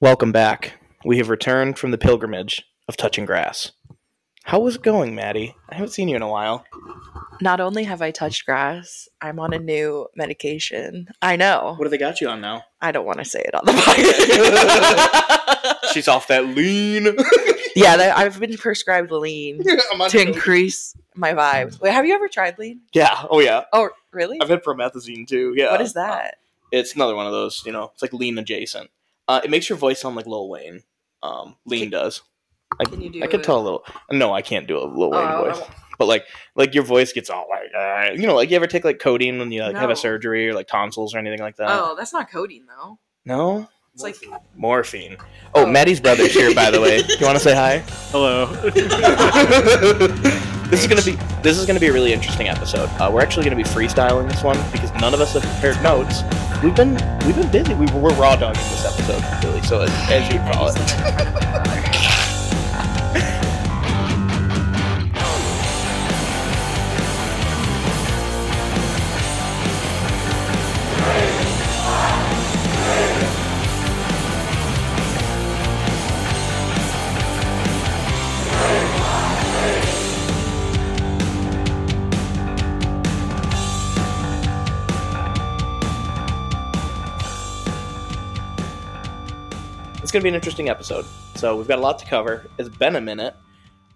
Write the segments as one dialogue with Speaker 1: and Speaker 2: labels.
Speaker 1: Welcome back. We have returned from the pilgrimage of touching grass. How was it going, Maddie? I haven't seen you in a while.
Speaker 2: Not only have I touched grass, I'm on a new medication. I know.
Speaker 1: What have they got you on now?
Speaker 2: I don't want to say it on the podcast.
Speaker 1: She's off that lean.
Speaker 2: yeah, that, I've been prescribed lean
Speaker 1: I'm on
Speaker 2: to
Speaker 1: dope.
Speaker 2: increase my vibes. Wait, have you ever tried lean?
Speaker 1: yeah. Oh yeah.
Speaker 2: Oh, really?
Speaker 1: I've uh, had promethazine too. Yeah.
Speaker 2: What is that?
Speaker 1: It's another one of those. You know, it's like lean adjacent. Uh, it makes your voice sound like Lil Wayne. Um, lean does. I,
Speaker 2: Can you do
Speaker 1: I can
Speaker 2: it?
Speaker 1: tell a little. No, I can't do a Lil Wayne
Speaker 2: Oh, I
Speaker 1: voice. But like, like your voice gets all like, uh, you know, like you ever take like codeine when you like have
Speaker 2: No.
Speaker 1: a surgery or like tonsils or anything like that?
Speaker 2: oh, that's not codeine though.
Speaker 1: No.
Speaker 2: It's like
Speaker 1: Morphine. Oh,
Speaker 2: Oh.
Speaker 1: Maddie's brother's here, by the way. Do you want to say hi?
Speaker 3: Hello.
Speaker 1: this is gonna be this is gonna be a really interesting episode. Uh, we're actually gonna be freestyling this one because none of us have prepared notes. We've been we've been busy. We were raw dogging this episode, really. So as, as you call it. It's gonna be an interesting episode. So we've got a lot to cover. It's been a minute.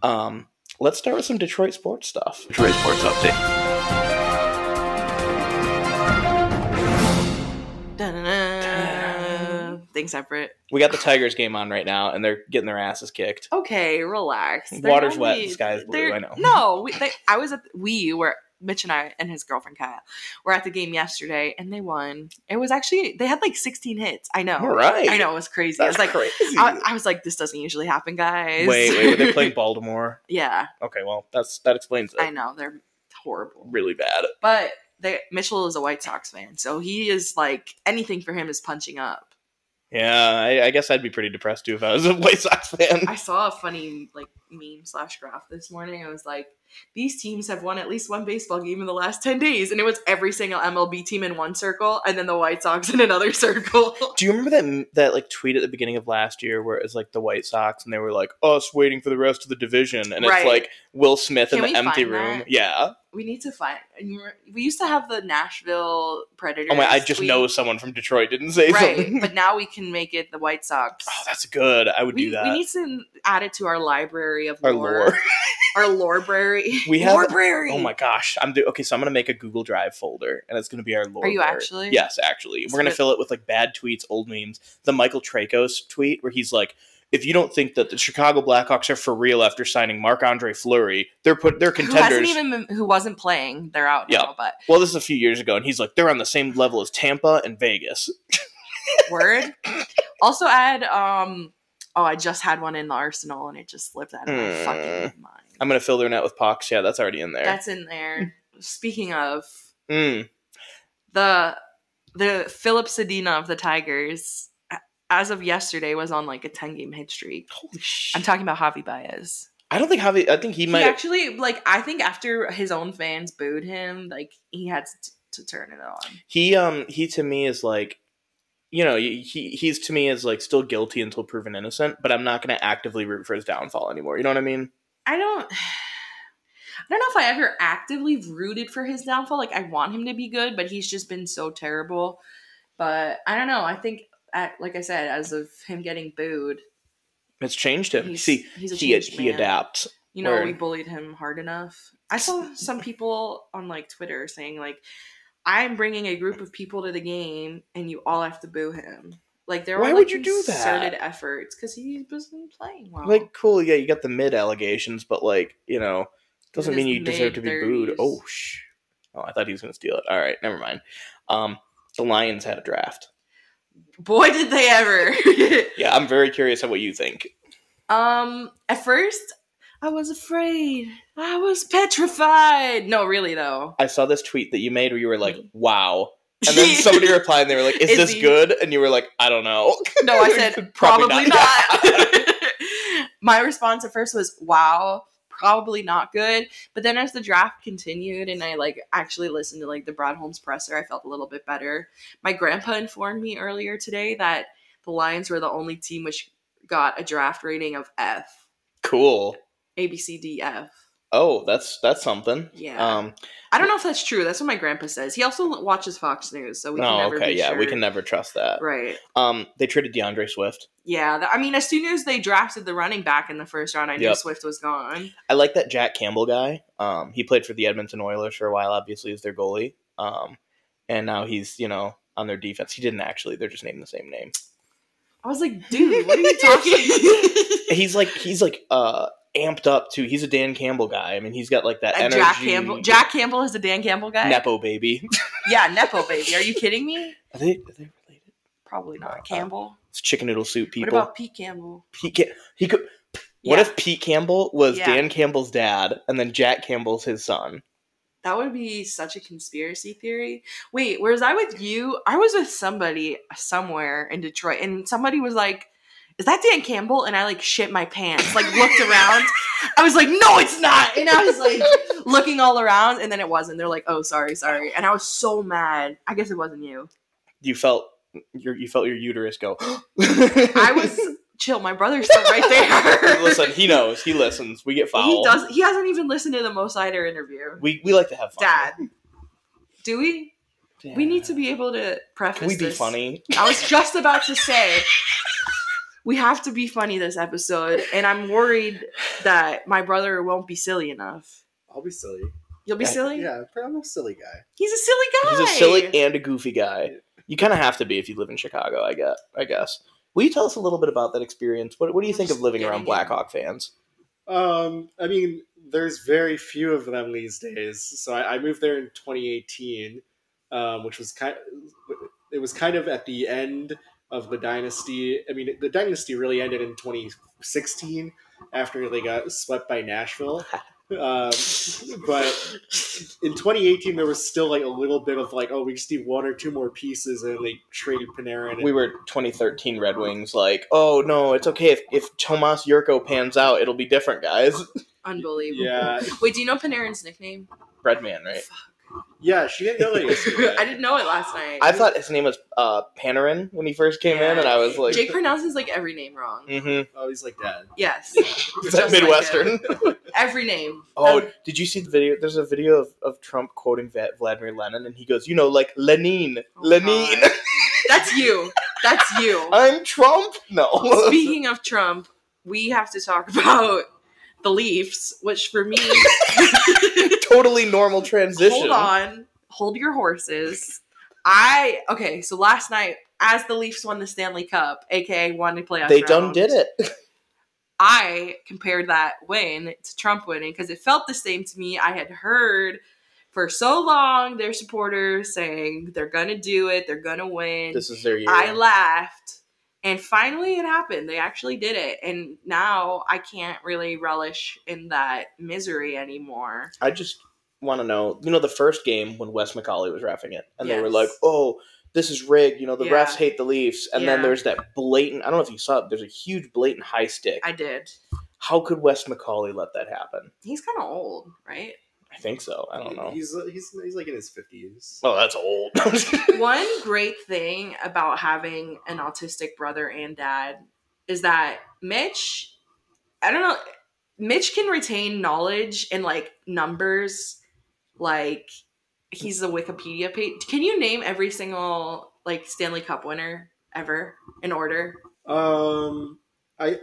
Speaker 1: Um, let's start with some Detroit sports stuff. Detroit sports update.
Speaker 2: Da-na-na. Things separate.
Speaker 1: We got the Tigers game on right now, and they're getting their asses kicked.
Speaker 2: Okay, relax.
Speaker 1: Water's wet,
Speaker 2: only-
Speaker 1: the sky's blue,
Speaker 2: they're-
Speaker 1: I know.
Speaker 2: No, we, they, I was at we were Mitch and I and his girlfriend Kyle were at the game yesterday, and they won. It was actually they had like 16 hits. I know.
Speaker 1: All right.
Speaker 2: I know it was crazy.
Speaker 1: That's
Speaker 2: I was like,
Speaker 1: crazy.
Speaker 2: I, I was like, this doesn't usually happen, guys.
Speaker 1: wait, wait, were they playing Baltimore?
Speaker 2: yeah,
Speaker 1: Okay, well, that's that explains it.
Speaker 2: I know they're horrible,
Speaker 1: Really bad.
Speaker 2: but they Mitchell is a White Sox fan, so he is like anything for him is punching up.
Speaker 1: Yeah, I, I guess I'd be pretty depressed too if I was a White Sox fan.
Speaker 2: I saw a funny like meme slash graph this morning. I was like, these teams have won at least one baseball game in the last ten days, and it was every single MLB team in one circle, and then the White Sox in another circle.
Speaker 1: Do you remember that that like tweet at the beginning of last year where it was like the White Sox and they were like us waiting for the rest of the division and
Speaker 2: Right.
Speaker 1: it's like Will Smith
Speaker 2: Can
Speaker 1: in
Speaker 2: we
Speaker 1: the empty
Speaker 2: find
Speaker 1: room.
Speaker 2: that?
Speaker 1: Yeah.
Speaker 2: we need to find. We used to have the Nashville Predators.
Speaker 1: Oh my! I just
Speaker 2: tweet.
Speaker 1: know someone from Detroit didn't say
Speaker 2: Right,
Speaker 1: something.
Speaker 2: but now we can make it the White Sox.
Speaker 1: Oh, that's good. I would
Speaker 2: we,
Speaker 1: do that.
Speaker 2: we need to add it to our library of
Speaker 1: Our
Speaker 2: lore.
Speaker 1: lore.
Speaker 2: Our lorebrary.
Speaker 1: We have-
Speaker 2: lorebrary.
Speaker 1: Oh my gosh! I'm do- okay. So I'm gonna make a Google Drive folder, and it's gonna be our lore.
Speaker 2: Are you
Speaker 1: board.
Speaker 2: actually?
Speaker 1: Yes, actually.
Speaker 2: It's
Speaker 1: We're gonna
Speaker 2: good.
Speaker 1: fill it with like bad tweets, old memes. The Michael Tracos tweet where he's like, "If you don't think that the Chicago Blackhawks are for real after signing Marc Andre Fleury, they're put they're
Speaker 2: Who hasn't
Speaker 1: contenders."
Speaker 2: even been- who wasn't playing? They're out now.
Speaker 1: Yeah.
Speaker 2: But
Speaker 1: well, this is a few years ago, and he's like, "They're on the same level as Tampa and Vegas."
Speaker 2: word. also add um oh I just had one in the arsenal and it just slipped out of my
Speaker 1: Mm.
Speaker 2: fucking mind.
Speaker 1: I'm gonna fill their net with pucks. Yeah, that's already in there.
Speaker 2: That's in there. Speaking of
Speaker 1: Mm.
Speaker 2: the the Philip Sedina of the Tigers a- as of yesterday was on like a 10 game hit streak.
Speaker 1: Holy shit!
Speaker 2: I'm talking about Javi Baez.
Speaker 1: I don't think Javi. I think he
Speaker 2: He
Speaker 1: might.
Speaker 2: actually like I think after his own fans booed him, like he had to, to turn it on.
Speaker 1: he um he to me is like you know he he's to me is like still guilty until proven innocent but i'm not going to actively root for his downfall anymore you know what i mean
Speaker 2: I don't I don't know if I ever actively rooted for his downfall. Like I want him to be good, but he's just been so terrible. But I don't know. I think at, like I said, as of him getting booed,
Speaker 1: it's changed him
Speaker 2: he's
Speaker 1: see
Speaker 2: he's a
Speaker 1: he
Speaker 2: changed
Speaker 1: he
Speaker 2: man.
Speaker 1: adapts
Speaker 2: You know,
Speaker 1: Word.
Speaker 2: we bullied him hard enough. I saw some people on like Twitter saying like, "I'm bringing a group of people to the game, and you all have to boo him." Like there were
Speaker 1: Why
Speaker 2: like,
Speaker 1: would you do that?
Speaker 2: concerted efforts because he wasn't playing well.
Speaker 1: like cool yeah you got the mid allegations but like you know doesn't
Speaker 2: In
Speaker 1: mean
Speaker 2: his
Speaker 1: you deserve to be booed
Speaker 2: mid-thirties.
Speaker 1: oh shh oh i thought he was going to steal it all right never mind um the lions had a draft
Speaker 2: boy, did they ever!
Speaker 1: yeah i'm very curious of what you think
Speaker 2: Um, at first, I was afraid. I was petrified. No, really though.
Speaker 1: i saw this tweet that you made where you were like
Speaker 2: Mhm.
Speaker 1: wow and then somebody replied and they were like is,
Speaker 2: Is
Speaker 1: this
Speaker 2: he-
Speaker 1: good and you were like i don't know
Speaker 2: no, I said
Speaker 1: Probably
Speaker 2: probably,
Speaker 1: not.
Speaker 2: not. My response at first was, "Wow, probably not good." But then as the draft continued and I like actually listened to like the Brad Holmes presser, I felt a little bit better. My grandpa informed me earlier today that the Lions were the only team which got a draft rating of F,
Speaker 1: Cool.
Speaker 2: A, B, C, D, F.
Speaker 1: Oh, that's that's something.
Speaker 2: Yeah.
Speaker 1: Um.
Speaker 2: I don't know if that's true. That's what my grandpa says. He also watches Fox News, so we can
Speaker 1: oh,
Speaker 2: never
Speaker 1: okay.
Speaker 2: be
Speaker 1: Yeah, we
Speaker 2: sure.
Speaker 1: can never trust that.
Speaker 2: Right.
Speaker 1: Um. They traded DeAndre Swift.
Speaker 2: Yeah. th- I mean, as soon as they drafted the running back in the first round, I knew
Speaker 1: Yep.
Speaker 2: Swift was gone.
Speaker 1: I like that Jack Campbell guy. Um. He played for the Edmonton Oilers for a while. Obviously, as their goalie. Um. And now he's you know on their defense. He didn't actually. They're just named the same name.
Speaker 2: I was like, dude, what are you talking?
Speaker 1: He's like he's like uh amped up too. He's a Dan Campbell guy. I mean, he's got like that
Speaker 2: And
Speaker 1: energy.
Speaker 2: Jack Campbell. Jack Campbell is the Dan Campbell guy.
Speaker 1: Nepo baby.
Speaker 2: Yeah, nepo baby. Are you kidding me?
Speaker 1: Are they, are they related?
Speaker 2: Probably not.
Speaker 1: No.
Speaker 2: Campbell.
Speaker 1: It's chicken noodle soup people.
Speaker 2: What about Pete Campbell?
Speaker 1: Pete Cam- he could. What
Speaker 2: Yeah.
Speaker 1: if Pete Campbell was
Speaker 2: Yeah.
Speaker 1: Dan Campbell's dad, and then Jack Campbell's his son?
Speaker 2: That would be such a conspiracy theory. Wait, was I with you? I was with somebody somewhere in Detroit, and somebody was like, "Is that Dan Campbell?" And I like shit my pants. Like looked around. I was like, "No, it's not." And I was like looking all around, and then it wasn't. They're like, "Oh, sorry, sorry." And I was so mad. I guess it wasn't you.
Speaker 1: You felt your you felt your uterus go.
Speaker 2: I
Speaker 1: I
Speaker 2: was chill. My brother's still right there.
Speaker 1: Listen, he knows. He listens. We get foul.
Speaker 2: He does. He hasn't even listened to the Mo Sider interview.
Speaker 1: We we like to have fun.
Speaker 2: Dad, do we?
Speaker 1: Dad.
Speaker 2: We need to be able to preface.
Speaker 1: Can we be
Speaker 2: this.
Speaker 1: funny?
Speaker 2: I was just about to say we have to be funny this episode, and I'm worried that my brother won't be silly enough.
Speaker 3: I'll be silly.
Speaker 2: You'll be
Speaker 1: Yeah,
Speaker 2: silly.
Speaker 3: Yeah, but I'm a silly guy.
Speaker 2: He's a silly guy.
Speaker 1: He's a silly and a goofy guy. You kind of have to be if you live in Chicago. I get. I guess. Will you tell us a little bit about that experience? What What do you
Speaker 2: I'm
Speaker 1: think of
Speaker 2: just
Speaker 1: living around
Speaker 2: getting it.
Speaker 1: Blackhawk fans?
Speaker 3: Um, I mean, there's very few of them these days. So I, I moved there in 2018, um, which was kind. It was kind of at the end of the dynasty. I mean, the dynasty really ended in 2016 after they got swept by Nashville. Um, but in 2018, there was still like a little bit of like, oh, we just need one or two more pieces, and they traded Panarin. And
Speaker 1: we were 2013 Red Wings, like, oh no, it's okay if if Tomas Yurko pans out, ittle be different, guys.
Speaker 2: Unbelievable.
Speaker 3: yeah,
Speaker 2: Wait, do you know Panarin's nickname?
Speaker 1: Breadman, right?
Speaker 3: yeah, she didn't know that. yesterday.
Speaker 2: I didn't know it last night.
Speaker 1: I thought his name was uh, Panarin when he first came in, and I was like,
Speaker 2: Jake pronounces like every name wrong.
Speaker 1: mm-hmm,
Speaker 3: Oh, he's like dad.
Speaker 2: Yes,
Speaker 1: is
Speaker 2: Just
Speaker 1: that
Speaker 2: like
Speaker 1: Midwestern?
Speaker 2: every name.
Speaker 1: oh,
Speaker 2: Um,
Speaker 1: did you see the video? There's a video of, of Trump quoting Va- Vladimir Lenin, and he goes, you know, like Lenin,
Speaker 2: Oh,
Speaker 1: Lenin,
Speaker 2: God. that's you. That's you.
Speaker 1: I'm Trump. No,
Speaker 2: Speaking of Trump, we have to talk about the Leafs, which for me,
Speaker 1: totally normal transition.
Speaker 2: hold on, hold your horses. I okay, so last night, as the Leafs won the Stanley Cup, aka won the playoff,
Speaker 1: They done
Speaker 2: round,
Speaker 1: did it.
Speaker 2: I compared that win to Trump winning because it felt the same to me. I had heard for so long their supporters saying they're gonna do it, they're gonna win.
Speaker 1: This is their year.
Speaker 2: I laughed. And finally, it happened. They actually did it. And now I can't really relish in that misery anymore.
Speaker 1: I just want to know, you know, the first game when Wes McCauley was refing it, and they were
Speaker 2: Yes.
Speaker 1: like, "Oh, this is rigged." You know, the
Speaker 2: Yeah.
Speaker 1: refs hate the Leafs, and
Speaker 2: Yeah.
Speaker 1: then there's that blatant. I don't know if you saw it. There's a huge blatant high stick.
Speaker 2: I did.
Speaker 1: How could Wes McCauley let that happen?
Speaker 2: He's kind of old, right?
Speaker 1: I think so. I don't know.
Speaker 3: He's he's he's like in his fifties.
Speaker 1: Oh, that's old.
Speaker 2: One great thing about having an autistic brother and dad is that Mitch, I don't know, Mitch can retain knowledge and like numbers. Like, he's the Wikipedia page. Can you name every single like Stanley Cup winner ever in order?
Speaker 3: Um, I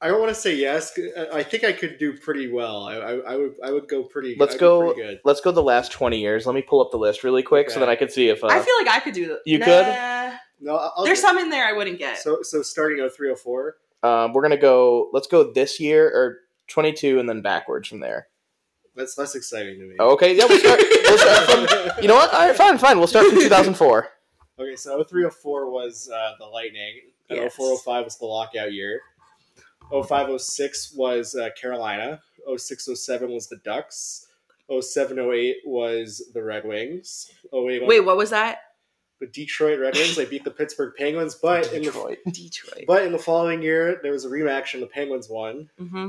Speaker 3: I don't want to say yes. I- I think I could do pretty well. I, I, I would I would go pretty.
Speaker 1: Let's
Speaker 3: I'd be
Speaker 1: go-
Speaker 3: Pretty good.
Speaker 1: Let's go the last twenty years. Let me pull up the list really quick so
Speaker 3: Okay.
Speaker 1: that I can see if uh,
Speaker 2: I feel like I could do that.
Speaker 1: You
Speaker 2: nah,
Speaker 1: could?
Speaker 3: No, I'll, I'll
Speaker 2: There's
Speaker 3: do-
Speaker 2: some in there I wouldn't get.
Speaker 3: So so starting 0304.
Speaker 1: um, we're gonna go. Let's go this year or twenty two, and then backwards from there.
Speaker 3: That's less exciting to me.
Speaker 1: Oh, okay. Yeah, we'll start. we'll start from, you know what? All right, fine, fine. We'll start from two thousand four.
Speaker 3: Okay, so 0304 was uh, the Lightning. And
Speaker 2: Yes.
Speaker 3: 0405 was the lockout year. 0506 was uh, Carolina. 0607 was the Ducks. 0708 was the Red Wings. 08
Speaker 2: Wait, what was that?
Speaker 3: the Detroit Red Wings. They beat the Pittsburgh Penguins, but in the
Speaker 1: Detroit.
Speaker 2: Detroit.
Speaker 3: but in the following year there was a rematch and the Penguins won.
Speaker 2: hmm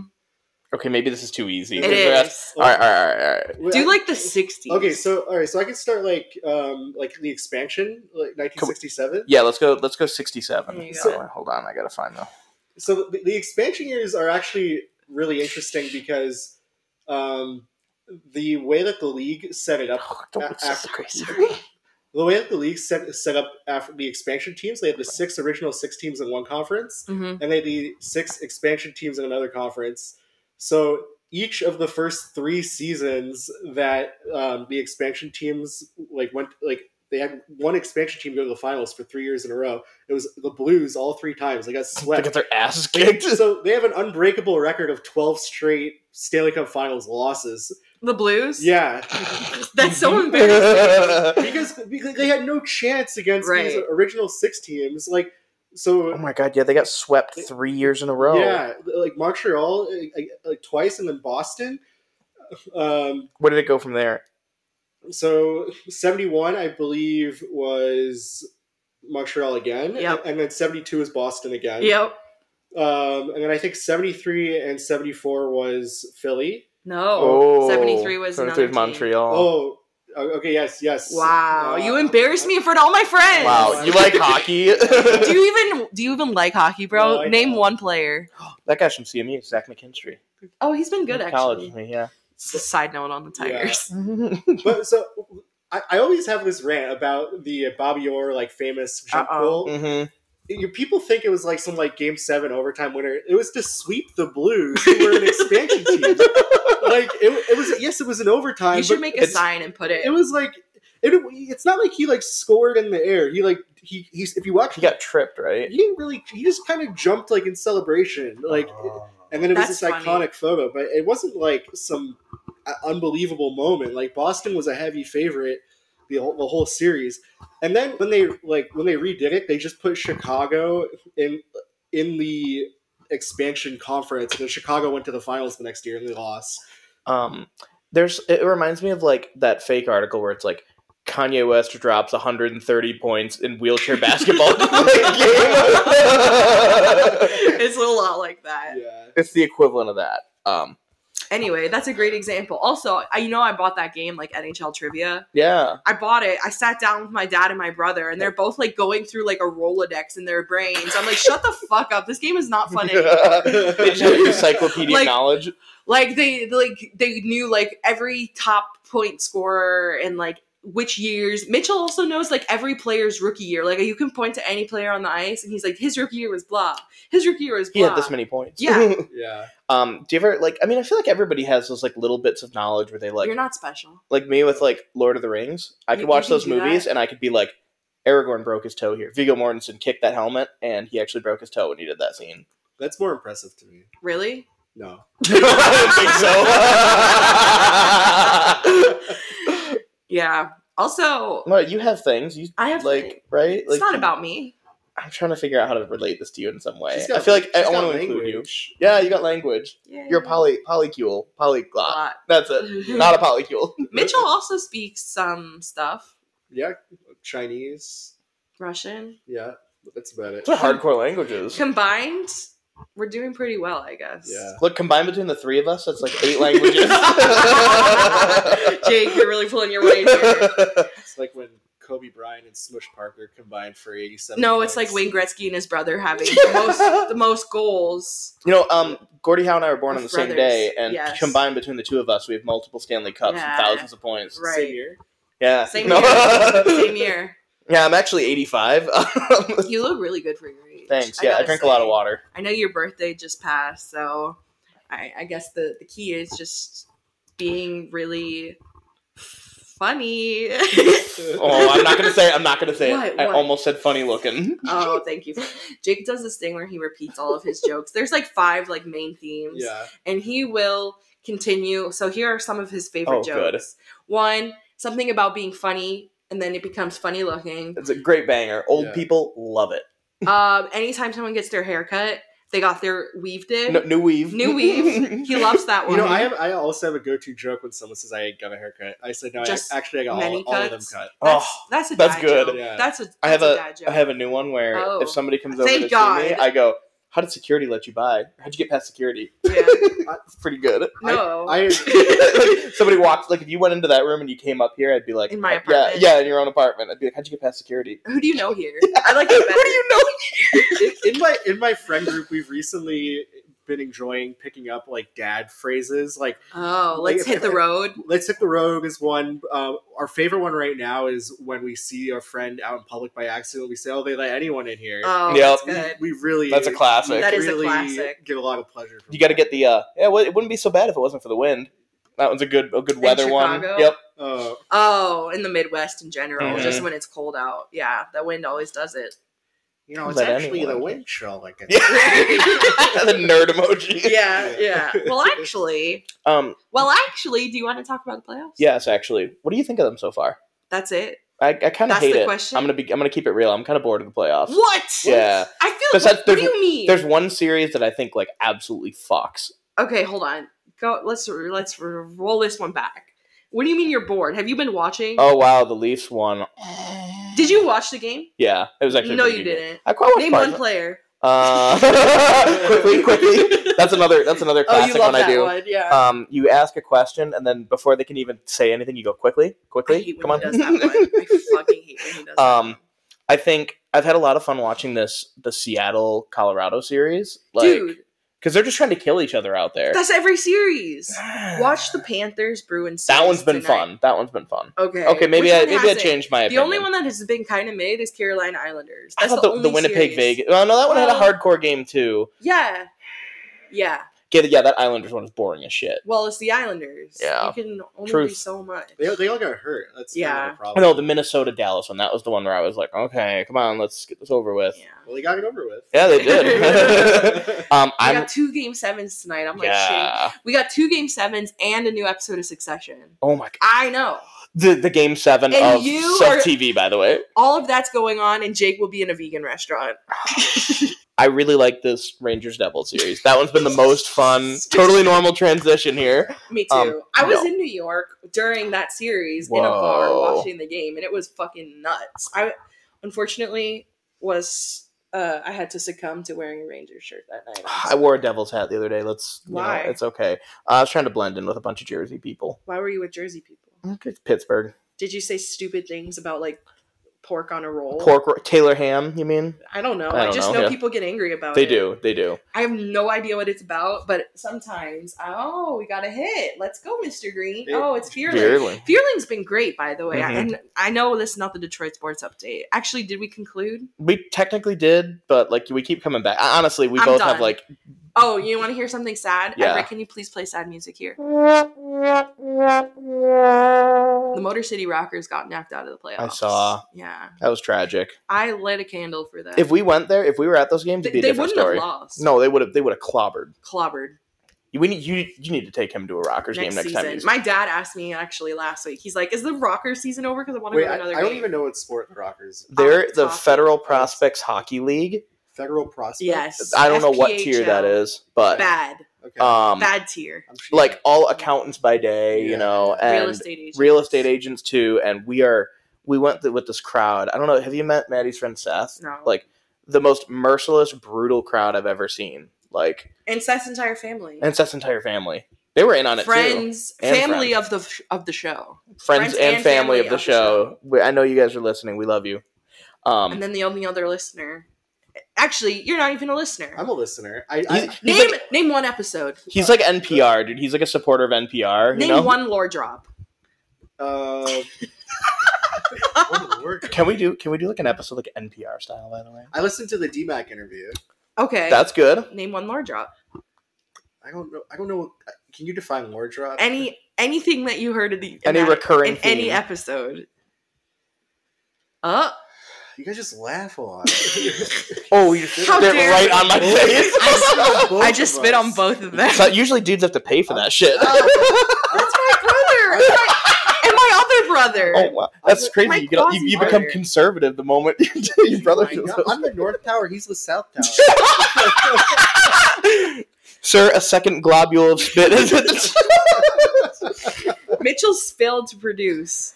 Speaker 1: Okay, maybe this is too easy.
Speaker 2: It
Speaker 3: Because
Speaker 2: is.
Speaker 1: All right, all right, all right, all right.
Speaker 2: Do like the 60s.
Speaker 3: Okay, so all right, so I can start like um like the expansion, like 1967.
Speaker 1: Yeah, let's go. Let's go sixty-seven.
Speaker 2: There you
Speaker 3: go.
Speaker 1: Oh, hold on, I gotta find though.
Speaker 3: So the, the expansion years are actually really interesting because um the way that the league set it up
Speaker 1: Don't
Speaker 3: Sorry,
Speaker 1: suck.
Speaker 2: sorry.
Speaker 3: the way that the league set set up after the expansion teams, they had the six original six teams in one conference,
Speaker 2: Mhm.
Speaker 3: and they had the six expansion teams in another conference. So each of the first three seasons that um, the expansion teams like went like they had one expansion team go to the finals for three years in a row. It was the Blues all three times. They got
Speaker 1: They
Speaker 3: swept.
Speaker 1: get their asses kicked.
Speaker 3: so they have an unbreakable record of twelve straight Stanley Cup Finals losses.
Speaker 2: The Blues?
Speaker 3: Yeah,
Speaker 2: That's so embarrassing.
Speaker 3: because, because they had no chance against these
Speaker 2: Right.
Speaker 3: original six teams. Like
Speaker 1: oh
Speaker 3: so,
Speaker 1: my god, yeah, they got swept three years in a row.
Speaker 3: yeah, like Montreal like, like twice, and then Boston. Um,
Speaker 1: Where did it go from there?
Speaker 3: so seventy one, I believe, was Montreal again.
Speaker 2: Yep.
Speaker 3: and then seventy two is Boston again.
Speaker 2: Yep.
Speaker 3: Um, and then I think seventy three and seventy four was Philly.
Speaker 1: Oh,
Speaker 2: No. 73 was
Speaker 1: 73
Speaker 2: 73
Speaker 1: was Montreal.
Speaker 3: Oh, okay, yes, yes.
Speaker 2: Wow.
Speaker 3: Uh,
Speaker 2: you embarrassed me in front of all my
Speaker 3: Oh.
Speaker 2: friends.
Speaker 1: Wow, you like hockey?
Speaker 2: do you even do you even like hockey, bro?
Speaker 3: No, I
Speaker 2: Name
Speaker 3: don't.
Speaker 2: one player.
Speaker 1: that guy from CMU, Zach McKinstry.
Speaker 2: Oh, he's been good
Speaker 1: He
Speaker 2: actually.
Speaker 1: College, me, yeah. Mm-hmm.
Speaker 2: Just a side note on the
Speaker 3: Yeah.
Speaker 2: Tigers.
Speaker 3: but so I, I always have this rant about the Bobby Orr like famous jump
Speaker 2: Uh-oh. Mm.
Speaker 3: goal.
Speaker 1: Mhm.
Speaker 3: You- people think it was like some like game seven overtime winner. It was to sweep the Blues, who were an expansion team. Like it, it was yes, it was an overtime.
Speaker 2: You should
Speaker 3: but
Speaker 2: make a
Speaker 1: it's-
Speaker 2: sign and put it.
Speaker 3: it was like it, it's not like he like scored in the air. He like he he's if you watch
Speaker 1: He got tripped, right?
Speaker 3: he didn't really he just kind of jumped like in celebration like and then it was
Speaker 2: That's
Speaker 3: this
Speaker 2: funny.
Speaker 3: iconic photo but it wasn't like some uh, unbelievable moment like boston was a heavy favorite the whole, the whole series and then when they like when they redid it they just put chicago in in the expansion conference and then chicago went to the finals the next year and they lost
Speaker 1: um there's it reminds me of like that fake article where it's like Kanye West drops 130 points in wheelchair basketball.
Speaker 2: it's a lot like that.
Speaker 3: yeah
Speaker 1: it's the equivalent of that. Um
Speaker 2: Anyway, that's a great example. Also, I you know I bought that game like NHL trivia.
Speaker 1: yeah.
Speaker 2: I bought it. I sat down with my dad and my brother, and they're both like going through like a Rolodex in their brains. I'm like, shut the fuck up. This game is not fun anymore.
Speaker 1: They just have encyclopedia
Speaker 2: Like-
Speaker 1: knowledge.
Speaker 2: like they like they knew like every top point scorer and like which years Mitchell also knows like every player's rookie year. Like you can point to any player on the ice and he's like his rookie year was blah. His rookie year was
Speaker 1: He
Speaker 2: blah.
Speaker 1: had this many points.
Speaker 2: Yeah.
Speaker 3: yeah
Speaker 1: um, do you ever like I mean I feel like everybody has those like little bits of knowledge where they like
Speaker 2: You're not special.
Speaker 1: like me with like Lord of the Rings. I
Speaker 2: You-
Speaker 1: could
Speaker 2: you
Speaker 1: watch
Speaker 2: can
Speaker 1: those
Speaker 2: do that.
Speaker 1: movies and I could be like Aragorn broke his toe here. Vigo Mortensen kicked that helmet and he actually broke his toe when he did that scene.
Speaker 3: that's more impressive to me
Speaker 2: Really?
Speaker 3: no
Speaker 1: I don't think so.
Speaker 2: Yeah. Also,
Speaker 1: no, you have things. You
Speaker 2: I have
Speaker 1: like right?
Speaker 2: it's
Speaker 1: Like
Speaker 2: not about me.
Speaker 1: I'm trying to figure out how to relate this to you in some way.
Speaker 3: She's got-
Speaker 1: I feel like I,
Speaker 3: she's got
Speaker 1: want to include you.
Speaker 3: language.
Speaker 1: Yeah, you got language.
Speaker 2: Yeah.
Speaker 1: You're a poly polycule, polyglot. That's it. Not a polycule.
Speaker 2: Mitchell also speaks some stuff.
Speaker 3: yeah chinese
Speaker 2: Russian.
Speaker 3: yeah that's about it
Speaker 1: That's what hardcore language is.
Speaker 2: Combined, we're doing pretty well, I guess.
Speaker 3: yeah
Speaker 1: Look, combined between the three of us, that's like eight languages.
Speaker 2: Jake, you're really pulling your weight here.
Speaker 3: It's like when Kobe Bryant and Smush Parker combined for 87.
Speaker 2: No, it's like
Speaker 3: points.
Speaker 2: Wayne Gretzky and his brother having the most the most goals.
Speaker 1: You know, um, Gordie Howe and I were born on the same
Speaker 2: Brothers,
Speaker 1: day, and
Speaker 2: yes.
Speaker 1: combined between the two of us, we have multiple Stanley Cups
Speaker 2: Yeah.
Speaker 1: and thousands of points.
Speaker 2: Right.
Speaker 3: Same year.
Speaker 1: Yeah.
Speaker 2: Same
Speaker 1: No.
Speaker 2: year. Same year.
Speaker 1: Yeah, I'm actually 85.
Speaker 2: You look really good for your age.
Speaker 1: Thanks. Yeah, I,
Speaker 2: gotta
Speaker 1: drink a lot of
Speaker 2: say.
Speaker 1: water.
Speaker 2: I know your birthday just passed, so I, I guess the, the key is just being really funny.
Speaker 1: Oh, I'm not gonna say. It. I'm not gonna say. It.
Speaker 2: What,
Speaker 1: I
Speaker 2: what?
Speaker 1: almost said funny looking.
Speaker 2: oh, thank you. Jake does this thing where he repeats all of his jokes. There's like five like main themes.
Speaker 3: Yeah.
Speaker 2: and he will continue. So here are some of his favorite
Speaker 1: Oh, good.
Speaker 2: jokes. One, something about being funny, and then it becomes funny looking.
Speaker 1: It's a great banger. Old
Speaker 3: Yeah.
Speaker 1: people love it.
Speaker 2: um, anytime someone gets their hair cut, they got their weaved in.
Speaker 1: No, new weave.
Speaker 2: New weave. he loves that
Speaker 3: You
Speaker 2: one.
Speaker 3: know, I have. I also have a go-to joke when someone says I got a haircut. I said no. I,
Speaker 2: Just
Speaker 3: actually, I got all,
Speaker 2: many
Speaker 3: all of them
Speaker 2: cuts?
Speaker 3: cut.
Speaker 1: Oh,
Speaker 2: that's, that's a
Speaker 1: that's
Speaker 2: dad
Speaker 1: good.
Speaker 2: joke.
Speaker 3: Yeah.
Speaker 2: That's a. That's
Speaker 1: I have
Speaker 2: a,
Speaker 1: a-
Speaker 2: dad joke.
Speaker 1: I have a new one where
Speaker 2: Oh.
Speaker 1: if somebody comes over
Speaker 2: Thank
Speaker 1: to see
Speaker 2: God.
Speaker 1: me, I go, how did security let you by? How'd you get past security?
Speaker 2: Yeah.
Speaker 1: That's pretty good. Oh.
Speaker 2: No.
Speaker 3: I
Speaker 1: Like, somebody walks like if you went into that room and you came up here, I'd be like,
Speaker 2: In my
Speaker 1: "Yeah,
Speaker 2: apartment."
Speaker 1: yeah, in your own apartment. I'd be like, how'd you get past security?
Speaker 2: Who do you know here? I like
Speaker 1: Who do
Speaker 2: it better.
Speaker 1: you know?
Speaker 3: in, in my in my friend group, we've recently been enjoying picking up like dad phrases. Like
Speaker 2: Oh, let's hit the road.
Speaker 3: "Let's hit the road" is one. Um, our favorite one right now is when we see a friend out in public by accident. We say, "Oh, they let anyone in here."
Speaker 2: Oh,
Speaker 1: Yep.
Speaker 2: that's good.
Speaker 3: we really
Speaker 1: That's a classic.
Speaker 3: we
Speaker 2: That is a
Speaker 3: really
Speaker 2: classic.
Speaker 3: Get a lot of pleasure. From
Speaker 1: You got to
Speaker 3: that.
Speaker 1: get the uh, yeah. Well, it wouldn't be so bad if it wasn't for the wind. That one's a good a good weather one.
Speaker 2: Chicago?
Speaker 1: Yep.
Speaker 3: Uh,
Speaker 2: Oh, in the Midwest in general,
Speaker 1: Mhm.
Speaker 3: Mm-hmm.
Speaker 2: just when it's cold out. Yeah, the wind always does it.
Speaker 3: you know, it's
Speaker 1: Let
Speaker 3: actually
Speaker 1: anyone.
Speaker 3: the wind chill. Like it's-
Speaker 1: Yeah. the nerd emoji.
Speaker 2: Yeah, yeah. Well, actually,
Speaker 1: Um.
Speaker 2: well, actually, do you want to talk about the playoffs?
Speaker 1: Yes, actually. What do you think of them so far?
Speaker 2: That's it.
Speaker 1: I, I kind of
Speaker 2: That's
Speaker 1: hate
Speaker 2: the
Speaker 1: it.
Speaker 2: question?
Speaker 1: I'm gonna be. I'm gonna keep it real. I'm kind of bored of the playoffs.
Speaker 2: What?
Speaker 1: Yeah.
Speaker 2: I feel.
Speaker 1: Besides,
Speaker 2: what, what
Speaker 1: there's-
Speaker 2: do you mean?
Speaker 1: There's one series that I think like absolutely fucks.
Speaker 2: Okay, hold on. Go. Let's let's roll this one back. What do you mean you're bored? Have you been watching?
Speaker 1: Oh wow, the Leafs won.
Speaker 2: Did you watch the game?
Speaker 1: Yeah, it was actually. a
Speaker 2: no,
Speaker 1: pretty
Speaker 2: you
Speaker 1: good game.
Speaker 2: didn't.
Speaker 1: I quite watched
Speaker 2: Name
Speaker 1: parts
Speaker 2: one
Speaker 1: of it.
Speaker 2: player.
Speaker 1: Uh, quickly, quickly. That's another. That's another
Speaker 2: Oh, you
Speaker 1: classic
Speaker 2: love
Speaker 1: one I
Speaker 2: that
Speaker 1: do.
Speaker 2: one. Yeah.
Speaker 1: Um, you ask a question, and then before they can even say anything, you go quickly,
Speaker 2: I
Speaker 1: quickly.
Speaker 2: hate
Speaker 1: Come
Speaker 2: when
Speaker 1: on.
Speaker 2: he does that one. I fucking hate when he does that.
Speaker 1: Um,
Speaker 2: one.
Speaker 1: I think I've had a lot of fun watching this the Seattle Colorado series, like
Speaker 2: Dude,
Speaker 1: because they're just trying to kill each other out there.
Speaker 2: that's every series. Watch the Panthers Bruins.
Speaker 1: that
Speaker 2: series
Speaker 1: one's been
Speaker 2: tonight.
Speaker 1: fun. That one's been fun.
Speaker 2: Okay.
Speaker 1: Okay, maybe
Speaker 2: Which
Speaker 1: I
Speaker 2: one
Speaker 1: maybe I
Speaker 2: hasn't?
Speaker 1: changed my
Speaker 2: The
Speaker 1: opinion.
Speaker 2: only one that has been kind of mid is Carolina Islanders.
Speaker 1: I thought
Speaker 2: That's the,
Speaker 1: the,
Speaker 2: only
Speaker 1: the Winnipeg
Speaker 2: series.
Speaker 1: Vegas. Oh no, that one had a
Speaker 2: Well-
Speaker 1: hardcore game too.
Speaker 2: Yeah. Yeah.
Speaker 1: Okay, yeah, that Islanders one is boring as shit.
Speaker 2: Well, it's the Islanders.
Speaker 1: Yeah.
Speaker 2: You can only do
Speaker 1: Truth.
Speaker 2: so much.
Speaker 3: they, they all got hurt. That's kind of
Speaker 2: Yeah.
Speaker 3: a problem.
Speaker 1: Oh, No, the Minnesota Dallas one. That was the one where I was like, okay, come on, let's get this over with.
Speaker 2: Yeah.
Speaker 3: Well, they got it over with.
Speaker 1: Yeah, they did. um,
Speaker 2: We
Speaker 1: I'm
Speaker 2: got two game sevens tonight. I'm like, shit.
Speaker 1: yeah.
Speaker 2: We got two game sevens and a new episode of Succession.
Speaker 1: Oh my god,
Speaker 2: I know.
Speaker 1: the the game seven
Speaker 2: And
Speaker 1: of
Speaker 2: you
Speaker 1: Sub
Speaker 2: are-
Speaker 1: TV, by the way.
Speaker 2: All of that's going on, and Jake will be in a vegan restaurant.
Speaker 1: I really like this Rangers Devil series. That one's been the most fun. Totally normal transition here.
Speaker 2: Me too.
Speaker 1: Um,
Speaker 2: I was
Speaker 1: no.
Speaker 2: in New York during that series in a bar
Speaker 1: Whoa.
Speaker 2: watching the game, and it was fucking nuts. I unfortunately was uh, I had to succumb to wearing a Rangers shirt that night.
Speaker 1: I wore a Devil's hat the other day. Let's. You
Speaker 2: Why?
Speaker 1: Know, it's okay. Uh, I was trying to blend in with a bunch of Jersey people.
Speaker 2: Why were you with Jersey people?
Speaker 1: It's Pittsburgh.
Speaker 2: Did you say stupid things about like pork on a roll?
Speaker 1: Pork ro- Taylor ham. You mean?
Speaker 2: I don't know.
Speaker 1: I
Speaker 2: I,
Speaker 1: don't
Speaker 2: just
Speaker 1: know,
Speaker 2: know,
Speaker 1: yeah.
Speaker 2: people get angry about
Speaker 1: They
Speaker 2: it.
Speaker 1: do. They do.
Speaker 2: I have no idea what it's about, but sometimes, oh, we got a hit. Let's go, Mr. Green.
Speaker 3: Yeah.
Speaker 2: Oh, it's Fearling.
Speaker 1: Weirdly.
Speaker 2: Fearling's been great, by the way.
Speaker 1: Mhm.
Speaker 2: And I know this is not the Detroit sports update. Actually, did we conclude?
Speaker 1: We technically did, but like we keep coming back. Honestly, we
Speaker 2: I'm
Speaker 1: both
Speaker 2: done.
Speaker 1: have like
Speaker 2: Oh, you want to hear something sad?
Speaker 1: Yeah.
Speaker 2: Everett, can you please play sad music here? The Motor City Rockers got knocked out of the playoffs.
Speaker 1: I saw.
Speaker 2: Yeah.
Speaker 1: that was tragic.
Speaker 2: I lit a candle for that.
Speaker 1: If we went there, if we were at those games,
Speaker 2: they,
Speaker 1: it'd be a
Speaker 2: they
Speaker 1: different
Speaker 2: wouldn't
Speaker 1: story.
Speaker 2: have lost.
Speaker 1: No, they would have. They would have clobbered.
Speaker 2: Clobbered
Speaker 1: You- We need you. You need to take him to a Rockers game next
Speaker 2: season.
Speaker 1: time. you-
Speaker 2: My dad asked me actually last week. He's like, is the Rocker season over? Because I want to
Speaker 3: Wait,
Speaker 2: go to
Speaker 3: I,
Speaker 2: another
Speaker 3: I don't
Speaker 2: game.
Speaker 3: even know what sport the Rockers.
Speaker 1: They're the
Speaker 2: Hockey.
Speaker 1: Federal Prospects Hockey League.
Speaker 3: Federal prospect.
Speaker 2: Yes.
Speaker 1: I don't know what tier
Speaker 2: FPHL.
Speaker 1: that is, but
Speaker 2: Bad.
Speaker 3: Okay.
Speaker 1: um,
Speaker 2: Bad tier.
Speaker 3: I'm sure-
Speaker 1: like all accountants by day,
Speaker 3: Yeah.
Speaker 1: you know, and
Speaker 2: Real
Speaker 1: real estate,
Speaker 2: estate agent.
Speaker 1: agents too. And we are we went th- with this crowd. I don't know. Have you met Maddie's friend Seth?
Speaker 2: No.
Speaker 1: Like the most merciless, brutal crowd I've ever seen. Like
Speaker 2: and Seth's entire family.
Speaker 1: and Seth's entire family. They were in on it
Speaker 2: friends,
Speaker 1: And
Speaker 2: family of the f- of the show,
Speaker 1: too. Friends,
Speaker 2: friends
Speaker 1: and,
Speaker 2: and
Speaker 1: family, of the show. We- I know you guys are listening. We love you. Um,
Speaker 2: and then the only other listener. Actually, you're not even a listener.
Speaker 3: I'm a listener. I, I
Speaker 1: he's
Speaker 2: name
Speaker 1: like-
Speaker 2: name one episode.
Speaker 1: he's like NPR, dude. He's like a supporter of NPR. You
Speaker 2: Name
Speaker 1: know?
Speaker 2: one lore drop.
Speaker 3: uh, what a word.
Speaker 1: Can we do? Can we do like an episode like NPR style? By the way,
Speaker 3: I listened to the DMAC interview.
Speaker 2: Okay.
Speaker 1: that's good.
Speaker 2: name one lore drop.
Speaker 3: I don't know. I don't know. Can you define lore drop?
Speaker 2: Any anything that you heard in the in
Speaker 1: Any
Speaker 2: that-
Speaker 1: recurring
Speaker 2: in any
Speaker 1: theme.
Speaker 2: episode. Oh,
Speaker 3: You guys just laugh a lot. I
Speaker 1: Oh, you
Speaker 2: How
Speaker 1: spit
Speaker 2: dare
Speaker 1: right
Speaker 2: you.
Speaker 1: on my face.
Speaker 3: smell both
Speaker 2: I
Speaker 3: of
Speaker 2: just spit
Speaker 3: us.
Speaker 2: on both of them.
Speaker 1: So usually dudes have to pay
Speaker 2: Oh,
Speaker 1: for that shit. Oh,
Speaker 2: That's my brother and my, and my other brother.
Speaker 1: oh wow, that's
Speaker 3: I'm
Speaker 1: crazy.
Speaker 2: my
Speaker 1: You, get, you, you
Speaker 2: quasi-brother.
Speaker 1: become conservative the moment your brother
Speaker 3: Oh My
Speaker 1: feels.
Speaker 3: God, I'm the North Tower. He's the South Tower.
Speaker 1: Sir, a second globule of spit. is at the- Oh.
Speaker 2: Mitchell's failed to produce.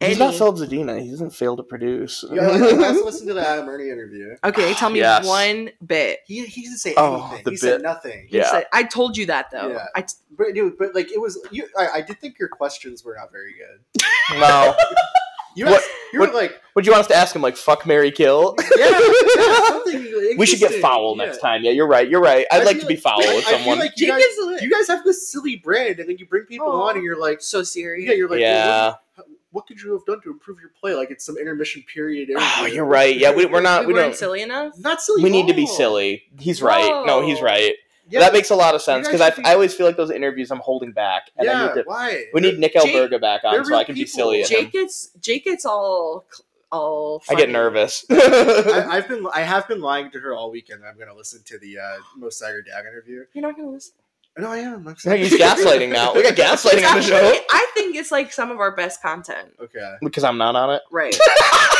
Speaker 1: He's
Speaker 2: Eddie.
Speaker 1: not Philip Zadina. He doesn't fail to produce.
Speaker 3: You guys, you guys listen to the Adam Ernie interview.
Speaker 2: Okay, tell me
Speaker 1: Yes.
Speaker 2: one bit.
Speaker 3: He, he didn't say
Speaker 1: Oh,
Speaker 3: anything.
Speaker 1: the
Speaker 3: he said
Speaker 1: bit.
Speaker 3: nothing.
Speaker 2: He
Speaker 1: Yeah.
Speaker 2: said- I told you that though.
Speaker 3: Yeah.
Speaker 2: I t-
Speaker 3: But dude, but like it was you. I, I did think your questions were not very good.
Speaker 1: no.
Speaker 3: You
Speaker 1: What-
Speaker 3: asked- you were
Speaker 1: what-
Speaker 3: like,
Speaker 1: Would you want us to ask him like fuck Mary Kill?
Speaker 3: yeah, yeah, something.
Speaker 1: we should get foul
Speaker 3: yeah.
Speaker 1: next time. Yeah, you're right. You're right. I'd
Speaker 3: I
Speaker 1: like
Speaker 3: feel
Speaker 1: to be foul
Speaker 3: I-
Speaker 1: with
Speaker 3: I feel
Speaker 1: someone.
Speaker 3: like you
Speaker 2: Jake
Speaker 3: guys-
Speaker 2: is lit.
Speaker 3: you guys have this silly brand, and then you bring people
Speaker 2: Aw.
Speaker 3: on, and you're like,
Speaker 2: so
Speaker 3: yeah,
Speaker 2: serious.
Speaker 3: you're like,
Speaker 1: yeah.
Speaker 3: well, what, what could you have done to improve your play? Like it's some intermission period.
Speaker 1: Oh,
Speaker 3: interview.
Speaker 1: you're right. Yeah, we, we're not.
Speaker 2: we
Speaker 1: We
Speaker 2: weren't
Speaker 1: don't.
Speaker 2: silly enough.
Speaker 3: Not silly.
Speaker 1: We
Speaker 3: at
Speaker 1: need to be
Speaker 3: all.
Speaker 1: silly. He's right. No, he's
Speaker 2: Whoa.
Speaker 1: right.
Speaker 3: Yeah,
Speaker 1: that makes a lot of sense
Speaker 3: guys
Speaker 1: because I,
Speaker 3: should be-
Speaker 1: I always feel like those interviews I'm holding back, and
Speaker 3: yeah.
Speaker 1: I need to.
Speaker 3: why?
Speaker 1: We need Nick
Speaker 2: Jake,
Speaker 1: Alberga back
Speaker 3: they're
Speaker 1: on so
Speaker 3: real
Speaker 1: I can be
Speaker 3: people.
Speaker 1: silly. At
Speaker 2: Jake
Speaker 1: him.
Speaker 2: gets Jake gets all cl- all.
Speaker 1: I get
Speaker 2: funny.
Speaker 1: nervous.
Speaker 3: I, I've been I have been lying to her all weekend. I'm gonna listen to the uh, Mo Sagar Dag interview.
Speaker 2: You're not gonna listen.
Speaker 3: No, I am. I'm
Speaker 1: No, he's gaslighting now. We got gaslighting on the show
Speaker 2: I think it's like some of our best content.
Speaker 3: Okay.
Speaker 1: because I'm not on it.
Speaker 2: Right.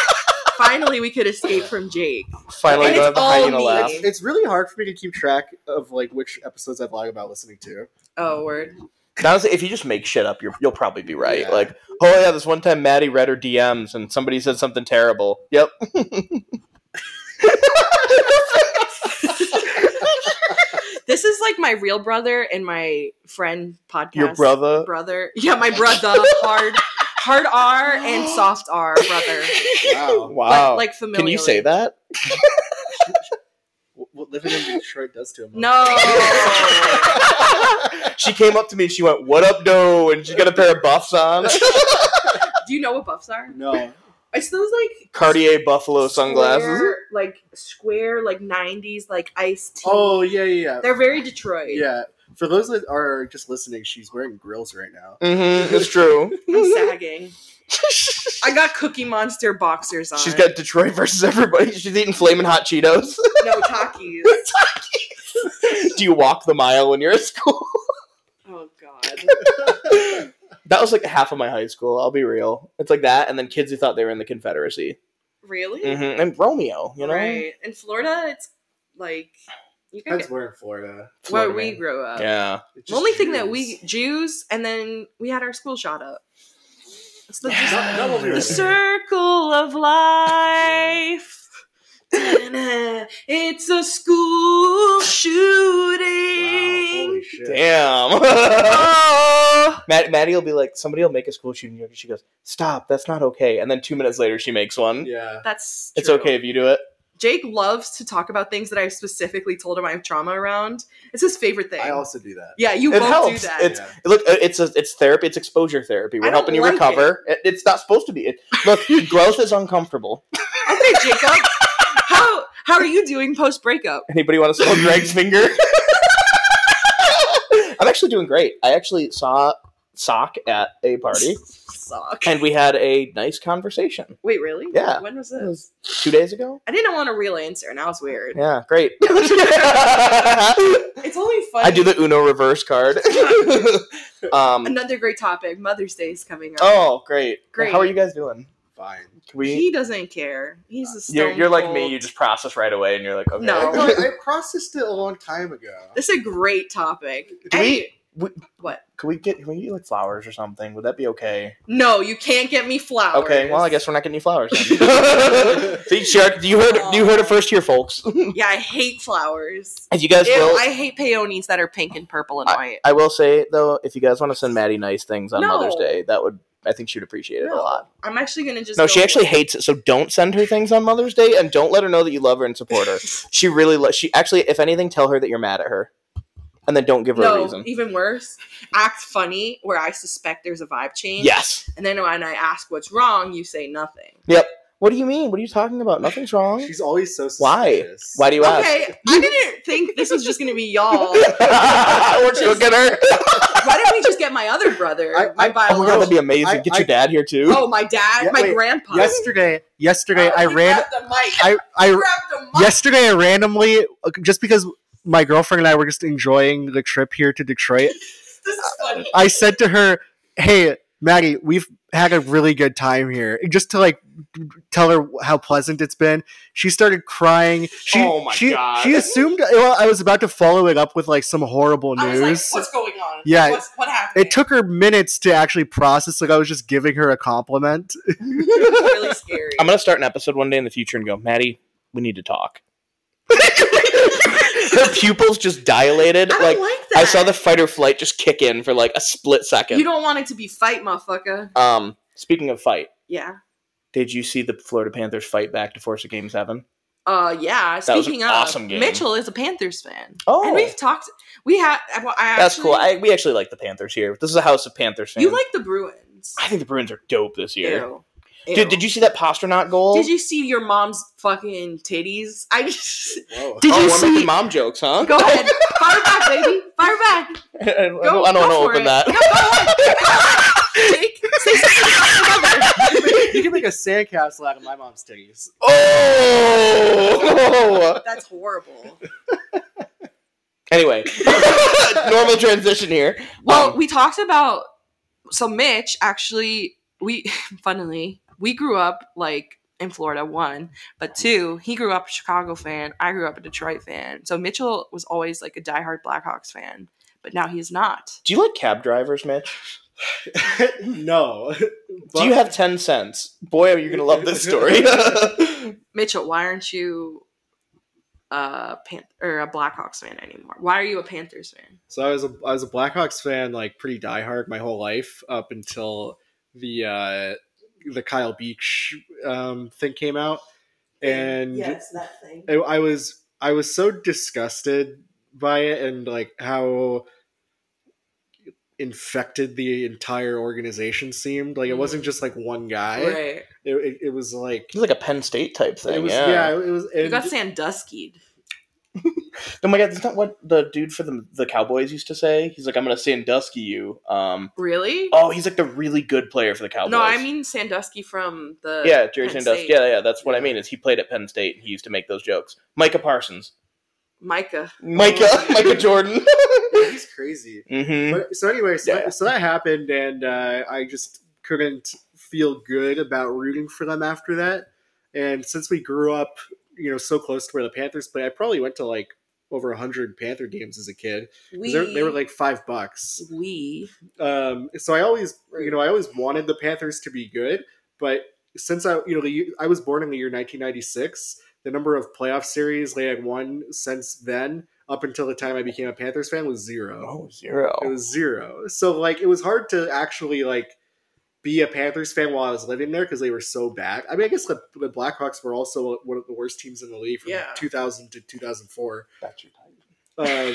Speaker 2: Finally, we could escape from Jake.
Speaker 1: Finally, don't
Speaker 2: And it's
Speaker 1: have the
Speaker 2: all
Speaker 1: hyena
Speaker 2: me.
Speaker 1: laugh.
Speaker 3: It's, it's really hard for me to keep track of like which episodes I've lied about listening to.
Speaker 2: Oh, word.
Speaker 1: Honestly, if you just make shit up, you're, you'll probably be right.
Speaker 3: Yeah.
Speaker 1: Like, oh yeah, this one time Maddie read her DMs and somebody said something terrible. Yep.
Speaker 2: This is like my real brother and my friend podcast.
Speaker 1: Your brother.
Speaker 2: Brother. Yeah, my brother. hard, hard R and soft R, brother.
Speaker 3: Wow.
Speaker 1: Wow.
Speaker 2: But, like familiar.
Speaker 1: Can you say that?
Speaker 3: what living in Detroit does to him.
Speaker 2: No.
Speaker 1: she came up to me and she went, "What up, doe?" And she got a pair of buffs on,
Speaker 2: Do you know what buffs are?
Speaker 3: No.
Speaker 2: It's those like
Speaker 1: Cartier buffalo sunglasses.
Speaker 2: square, like square, like '90s, like iced tea.
Speaker 3: Oh yeah, yeah, yeah.
Speaker 2: They're very Detroit.
Speaker 3: yeah. For those that are just listening, she's wearing grills right now.
Speaker 1: Mm-hmm. It's true.
Speaker 2: I'm sagging. I got Cookie Monster boxers on.
Speaker 1: She's got Detroit versus everybody. She's eating flaming hot Cheetos.
Speaker 2: no Takis.
Speaker 1: Do you walk the mile when you're at school?
Speaker 2: Oh God.
Speaker 1: That was like half of my high school. I'll be real. It's like that, and then kids who thought they were in the Confederacy,
Speaker 2: Really?
Speaker 1: hmm and Romeo. You know,
Speaker 2: Right. In Florida, it's like you can
Speaker 3: Depends
Speaker 2: get
Speaker 3: where in Florida.
Speaker 1: Florida
Speaker 2: where we
Speaker 1: man.
Speaker 2: grew up.
Speaker 1: Yeah,
Speaker 3: It's
Speaker 2: The
Speaker 3: just
Speaker 2: only thing that
Speaker 3: Jews.
Speaker 2: we Jews, and then we had our school shot up. It's the,
Speaker 3: Not- not while we
Speaker 2: the
Speaker 3: were there.
Speaker 2: circle of life. Ta-da. It's a school
Speaker 3: Wow,
Speaker 2: shooting.
Speaker 3: holy shit.
Speaker 1: damn.
Speaker 2: Oh.
Speaker 1: Matt, Maddie will be like, somebody will make a school shooting joke, and she goes, "Stop, that's not okay." And then two minutes later, she makes one.
Speaker 3: Yeah.
Speaker 2: That's
Speaker 1: It's
Speaker 2: true.
Speaker 1: okay if you do it.
Speaker 2: Jake loves to talk about things that I specifically told him I have trauma around. It's his favorite thing.
Speaker 3: I also do that.
Speaker 2: yeah, you
Speaker 1: It
Speaker 2: won't
Speaker 1: helps.
Speaker 2: do that.
Speaker 1: It's-
Speaker 3: Yeah.
Speaker 1: Look, uh, it's a, it's therapy. It's exposure therapy.
Speaker 2: I
Speaker 1: We're
Speaker 2: don't
Speaker 1: helping you
Speaker 2: like
Speaker 1: recover. It- it's not supposed to be. It, look, growth is uncomfortable.
Speaker 2: Okay, Jacob. How how are you doing post breakup?
Speaker 1: Anybody want to smell Greg's finger? I'm actually doing great. I actually saw Sock at a party,
Speaker 2: Suck.
Speaker 1: and we had a nice conversation
Speaker 2: Wait, really?
Speaker 1: Yeah.
Speaker 2: When was
Speaker 1: It
Speaker 2: this?
Speaker 1: was two days ago.
Speaker 2: I didn't want a real answer. Now it's weird.
Speaker 1: Yeah, great. I
Speaker 2: It's only funny.
Speaker 1: do the Uno reverse card. um,
Speaker 2: Another great topic. Mother's Day is coming up.
Speaker 1: oh, great.
Speaker 2: Great.
Speaker 1: How are you guys doing?
Speaker 3: Fine.
Speaker 1: Can we?
Speaker 2: he doesn't care. He's a stone
Speaker 1: you're you're like me.
Speaker 2: cold-
Speaker 1: You just process right away, and you're like, okay.
Speaker 2: No.
Speaker 3: I, know, I processed it a long time ago.
Speaker 2: This is a great topic.
Speaker 1: Do we-
Speaker 2: Any-
Speaker 1: we-
Speaker 2: what?
Speaker 1: Can we get? Can we get like flowers or something? Would that be okay?
Speaker 2: No, you can't get me flowers.
Speaker 1: Okay. Well, I guess we're not getting any flowers. Then. See, Shark, you heard you heard it first here, folks.
Speaker 2: Yeah, I hate flowers.
Speaker 1: If you guys
Speaker 2: Ew,
Speaker 1: will,
Speaker 2: I hate peonies that are pink and purple and white.
Speaker 1: I will say though, if you guys want to send Maddie nice things on Mother's
Speaker 2: No.
Speaker 1: Day, that would I think she'd appreciate it
Speaker 2: No.
Speaker 1: a lot.
Speaker 2: I'm actually gonna just
Speaker 1: No,
Speaker 2: go
Speaker 1: she actually
Speaker 2: away.
Speaker 1: hates it, so don't send her things on Mother's Day, and don't let her know that you love her and support her. she really, lo- she actually, if anything, tell her that you're mad at her, and then don't give her a
Speaker 2: No,
Speaker 1: reason.
Speaker 2: even worse, act funny where I suspect there's a vibe change.
Speaker 1: Yes.
Speaker 2: And then when I ask what's wrong, you say nothing.
Speaker 1: What do you mean? What are you talking about? Nothing's wrong.
Speaker 3: She's always so
Speaker 1: Why?
Speaker 3: suspicious.
Speaker 1: Why do you ask?
Speaker 2: Okay, I didn't think this was just gonna be y'all.
Speaker 1: We're
Speaker 2: Just-
Speaker 1: joking her.
Speaker 2: Why didn't we just get my other brother?
Speaker 3: I-
Speaker 1: Oh
Speaker 2: my
Speaker 3: I-
Speaker 1: my god,
Speaker 2: biological.
Speaker 1: that'd be amazing.
Speaker 3: I-
Speaker 1: Get
Speaker 3: I-
Speaker 1: your dad here too.
Speaker 2: Oh, my dad,
Speaker 3: Yeah,
Speaker 2: my
Speaker 3: wait,
Speaker 2: grandpa.
Speaker 3: Yesterday, yesterday
Speaker 2: Oh,
Speaker 3: I
Speaker 2: he
Speaker 3: ran.
Speaker 2: grabbed the mic.
Speaker 3: I I
Speaker 2: He grabbed the mic.
Speaker 3: yesterday I randomly just because my girlfriend and I were just enjoying the trip here to Detroit. Uh,
Speaker 2: This is funny.
Speaker 3: I said to her, "Hey, Maddie, we've
Speaker 4: had a really good time here. Just to like tell her how pleasant it's been. She started crying. She,
Speaker 1: Oh my
Speaker 4: she,
Speaker 1: God.
Speaker 4: She assumed. Well, I was about to follow it up with like some horrible
Speaker 3: uh,
Speaker 2: I was like,
Speaker 4: news.
Speaker 2: what's going on?
Speaker 4: Yeah.
Speaker 2: What's, what happened?
Speaker 4: it took her minutes to actually process. Like I was just giving her a compliment.
Speaker 2: really scary.
Speaker 1: I'm gonna start an episode one day in the future and go, Maddie, we need to talk. Her pupils just dilated.
Speaker 2: I
Speaker 1: like
Speaker 2: don't like that.
Speaker 1: I saw the fight or flight just kick in for like a split second.
Speaker 2: You don't want it to be fight, motherfucker.
Speaker 1: um, speaking of fight,
Speaker 2: Yeah.
Speaker 1: did you see the Florida Panthers fight back to force a game seven?
Speaker 2: Uh, yeah.
Speaker 1: That was
Speaker 2: Speaking
Speaker 1: an
Speaker 2: of,
Speaker 1: awesome game.
Speaker 2: Mitchell is a Panthers fan.
Speaker 1: Oh.
Speaker 2: and we've talked. We have. I, I
Speaker 1: That's cool.
Speaker 2: actually-
Speaker 1: I, we actually like the Panthers here. This is a house of Panthers fans.
Speaker 2: you like the Bruins?
Speaker 1: I think the Bruins are dope this year.
Speaker 2: Ew.
Speaker 1: Dude, did you see that Pasternak goal?
Speaker 2: Did you see your mom's fucking titties? I just
Speaker 3: Whoa.
Speaker 4: Did
Speaker 1: oh,
Speaker 4: you
Speaker 1: we're making
Speaker 4: see?
Speaker 1: mom jokes, huh?
Speaker 2: go ahead, fire back, baby, fire back.
Speaker 1: I don't,
Speaker 2: Go,
Speaker 1: I don't
Speaker 2: go
Speaker 1: want to
Speaker 2: for
Speaker 1: open that.
Speaker 2: it. Jake, say something.
Speaker 4: you can make a sandcastle out of my mom's titties.
Speaker 1: Oh!
Speaker 2: That's horrible.
Speaker 1: anyway, normal transition here.
Speaker 2: Well,
Speaker 1: Um,
Speaker 2: we talked about so Mitch actually we funnily we grew up like in Florida one, but two, he grew up a Chicago fan, I grew up a Detroit fan. So Mitchell was always like a diehard Blackhawks fan, but now he's not.
Speaker 1: do you like cab drivers, Mitch?
Speaker 3: no.
Speaker 1: Do you have 10 cents? Boy, are you going to love this story.
Speaker 2: Mitchell, why aren't you a Pan- or a Blackhawks fan anymore? Why are you a Panthers fan?
Speaker 3: So I was a I was a Blackhawks fan, like pretty diehard my whole life up until the uh, the Kyle Beach um, thing came out, and
Speaker 2: that thing.
Speaker 3: I, I was I was so disgusted by it and like how infected the entire organization seemed. Like it wasn't just like one guy.
Speaker 2: Mm. Right.
Speaker 3: It, it, it was like
Speaker 1: He's like a Penn State type thing.
Speaker 3: it was
Speaker 1: yeah.
Speaker 3: yeah. it was
Speaker 2: You
Speaker 3: and-
Speaker 2: got Sandusky.
Speaker 1: Oh my god, that's not what the dude for the, the Cowboys used to say. He's like, I'm going to Sandusky you. Um,
Speaker 2: Really?
Speaker 1: oh, he's like the really good player for the Cowboys.
Speaker 2: no, I mean Sandusky from the
Speaker 1: Yeah, Jerry
Speaker 2: Penn
Speaker 1: Sandusky.
Speaker 2: State.
Speaker 1: Yeah, yeah, that's what I mean. Is he played at Penn State and he used to make those jokes. Micah Parsons,
Speaker 2: Micah.
Speaker 1: Micah, Micah Jordan.
Speaker 3: he's crazy.
Speaker 1: hmm
Speaker 3: But, so anyway, so,
Speaker 1: Yeah.
Speaker 3: so that happened, and uh, I just couldn't feel good about rooting for them after that. And since we grew up, you know, so close to where the Panthers play, I probably went to like over hundred Panther games as a kid. 'Cause
Speaker 2: We
Speaker 3: they're- They were like five bucks.
Speaker 2: we.
Speaker 3: Um, so I always, you know, I always wanted the Panthers to be good, but since I, you know, the, year- I was born in the year 1996, the number of playoff series they had won since then up until the time I became a Panthers fan was zero.
Speaker 1: Oh, zero.
Speaker 3: It was zero. So like it was hard to actually like be a Panthers fan while I was living there because they were so bad. I mean, I guess the, the Blackhawks were also one of the worst teams in the league from
Speaker 2: Yeah.
Speaker 3: 2000 to 2004. Uh,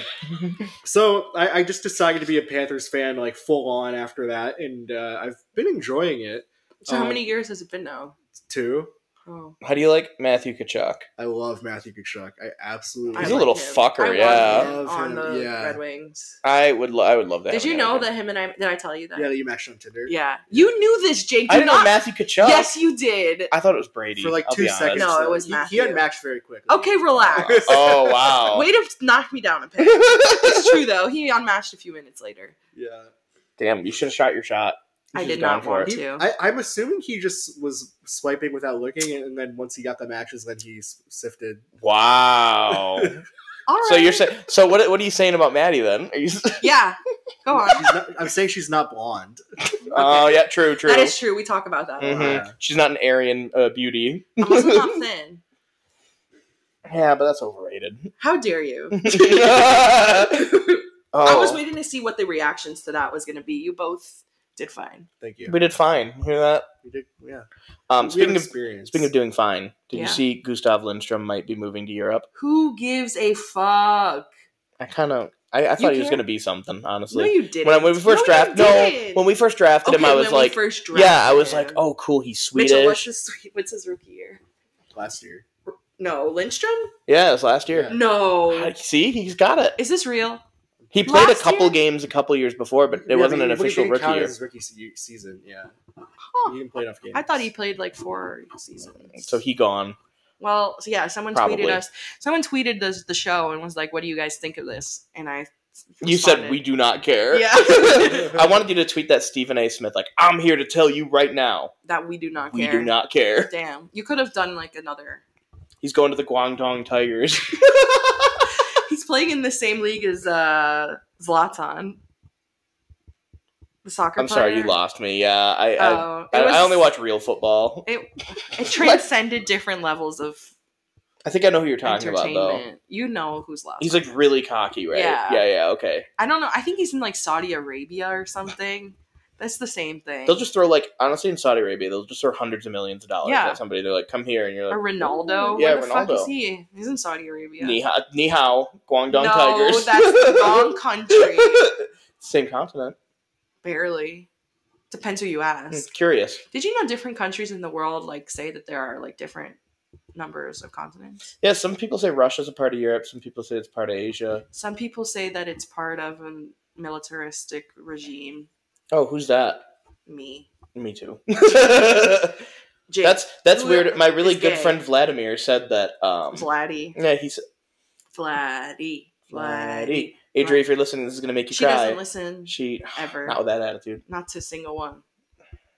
Speaker 3: so I, I just decided to be a Panthers fan like full on after that, and uh, I've been enjoying it
Speaker 2: So how
Speaker 3: Um,
Speaker 2: many years has it been now?
Speaker 3: too.
Speaker 2: Oh,
Speaker 1: How do you like Matthew Kachuk?
Speaker 3: I love Matthew Kachuk. I absolutely
Speaker 1: He's
Speaker 2: I
Speaker 1: a
Speaker 2: like
Speaker 1: little
Speaker 2: him.
Speaker 1: fucker,
Speaker 2: I want
Speaker 1: yeah.
Speaker 2: him
Speaker 3: Love
Speaker 2: on
Speaker 3: him,
Speaker 2: the
Speaker 3: yeah.
Speaker 2: Red Wings.
Speaker 1: I would. Lo- I would love that.
Speaker 2: Did you know that him and I? Did I tell you that?
Speaker 3: yeah that you matched on Tinder.
Speaker 2: Yeah. You knew this, Jake.
Speaker 1: I
Speaker 2: Do
Speaker 1: didn't know
Speaker 2: not-
Speaker 1: Matthew Kachuk.
Speaker 2: Yes, you did.
Speaker 1: I thought it was Brady
Speaker 3: For like
Speaker 1: I'll
Speaker 3: two
Speaker 1: be honest.
Speaker 3: seconds,
Speaker 2: No, it
Speaker 3: though.
Speaker 2: was
Speaker 3: he,
Speaker 2: Matthew.
Speaker 3: he unmatched very quickly.
Speaker 2: Okay, relax.
Speaker 1: Oh wow.
Speaker 2: Way to knock me down a peg. it's true though. He unmatched a few minutes later.
Speaker 3: yeah.
Speaker 1: Damn, you should have shot your shot. You
Speaker 2: I
Speaker 1: should've
Speaker 2: did not
Speaker 1: gone for
Speaker 2: want
Speaker 1: it.
Speaker 3: He-
Speaker 2: too.
Speaker 3: I, I'm assuming he just was swiping without looking, and then once he got the matches, then he s- sifted.
Speaker 1: Wow.
Speaker 2: All right.
Speaker 1: so you're saying. So what? What are you saying about Maddie then? Are you? s-
Speaker 2: Yeah. Go on.
Speaker 3: She's not, I'm saying she's not blonde.
Speaker 1: Oh yeah, true, true.
Speaker 2: That is true. We talk about that a lot.
Speaker 1: Mhm. She's not an Aryan uh, beauty.
Speaker 2: I'm also not thin.
Speaker 1: Yeah, but that's overrated.
Speaker 2: How dare you?
Speaker 1: oh,
Speaker 2: I was waiting to see what the reactions to that was going to be. You both did fine.
Speaker 3: Thank you.
Speaker 1: we did fine. You hear that?
Speaker 3: We did, yeah.
Speaker 1: Um,
Speaker 3: we have
Speaker 1: speaking of
Speaker 3: experience.
Speaker 1: speaking of doing fine, did
Speaker 2: Yeah.
Speaker 1: you see Gustav Lindstrom might be moving to Europe?
Speaker 2: Who gives a fuck?
Speaker 1: I kind of I, I thought he was
Speaker 2: can't-
Speaker 1: going to be something.
Speaker 2: No,
Speaker 1: Honestly,
Speaker 2: you didn't.
Speaker 1: when, I, when we first drafted, no, when we first drafted him, I was like,
Speaker 2: first
Speaker 1: yeah, I was like,
Speaker 2: drafted him.
Speaker 1: oh, cool, he's
Speaker 2: Mitchell, what's
Speaker 1: Swedish.
Speaker 2: his what's his rookie year?
Speaker 3: last year,
Speaker 2: No, Lindstrom.
Speaker 1: Yeah, it was last year.
Speaker 2: No,
Speaker 1: I- See, he's got it.
Speaker 2: is this real?
Speaker 1: He played
Speaker 2: Last
Speaker 1: a couple
Speaker 2: year?
Speaker 1: games a couple years before, but it
Speaker 3: Yeah,
Speaker 1: wasn't an
Speaker 3: but he- but he
Speaker 1: official
Speaker 3: didn't
Speaker 1: rookie
Speaker 3: count
Speaker 1: year.
Speaker 3: as his rookie se- season. Yeah,
Speaker 2: Huh.
Speaker 3: he didn't play enough games.
Speaker 2: I thought he played like four seasons.
Speaker 1: So he gone.
Speaker 2: well, so yeah, someone
Speaker 1: Probably.
Speaker 2: tweeted us. Someone tweeted the the show and was like, "What do you guys think of this?" And I
Speaker 1: You said
Speaker 2: responded.
Speaker 1: we do not care.
Speaker 2: Yeah.
Speaker 1: I wanted you to tweet that Stephen A. Smith, like, I'm here to tell you right now.
Speaker 2: that we do not
Speaker 1: we
Speaker 2: care.
Speaker 1: do not care.
Speaker 2: Damn, you could have done like another.
Speaker 1: He's going to the Guangdong Tigers.
Speaker 2: He's playing in the same league as uh Zlatan, the soccer.
Speaker 1: I'm sorry, you
Speaker 2: player.
Speaker 1: lost me. Yeah, I I,
Speaker 2: Oh, it
Speaker 1: I,
Speaker 2: was-
Speaker 1: I only watch real football.
Speaker 2: It, it transcended different levels of
Speaker 1: I think I know who you're talking about,
Speaker 2: entertainment.
Speaker 1: though.
Speaker 2: You know who's Zlatan.
Speaker 1: He's like really cocky, right?
Speaker 2: Yeah.
Speaker 1: yeah, yeah, okay.
Speaker 2: I don't know. I think he's in like Saudi Arabia or something. That's the same thing.
Speaker 1: They'll just throw like honestly in Saudi Arabia, they'll just throw hundreds of millions of dollars
Speaker 2: Yeah.
Speaker 1: at somebody. They're like, "Come here," and you're
Speaker 2: a
Speaker 1: like,
Speaker 2: Ronaldo.
Speaker 1: Yeah,
Speaker 2: Where the fuck
Speaker 1: Ronaldo.
Speaker 2: is he? He's in Saudi Arabia.
Speaker 1: "Ni hao, ni hao, Guangdong
Speaker 2: no,
Speaker 1: Tigers."
Speaker 2: that's the wrong country.
Speaker 1: Same continent.
Speaker 2: Barely. Depends who you
Speaker 1: Hmm,
Speaker 2: ask.
Speaker 1: curious.
Speaker 2: Did you know different countries in the world like say that there are like different numbers of continents?
Speaker 1: Yeah, some people say Russia's a part of Europe. Some people say it's part of Asia.
Speaker 2: Some people say that it's part of a militaristic regime.
Speaker 1: Oh, who's that?
Speaker 2: Me.
Speaker 1: Me too.
Speaker 2: Jake.
Speaker 1: that's that's
Speaker 2: Who
Speaker 1: weird. My really
Speaker 2: is
Speaker 1: good
Speaker 2: gay?
Speaker 1: friend Vladimir said that. Um,
Speaker 2: Vladdy.
Speaker 1: yeah, he's
Speaker 2: Vladdy. Vladdy.
Speaker 1: Vladdy. Adria, if you're listening, this is gonna make you
Speaker 2: She
Speaker 1: cry.
Speaker 2: doesn't listen
Speaker 1: She
Speaker 2: ever.
Speaker 1: not with that attitude.
Speaker 2: Not to a single one.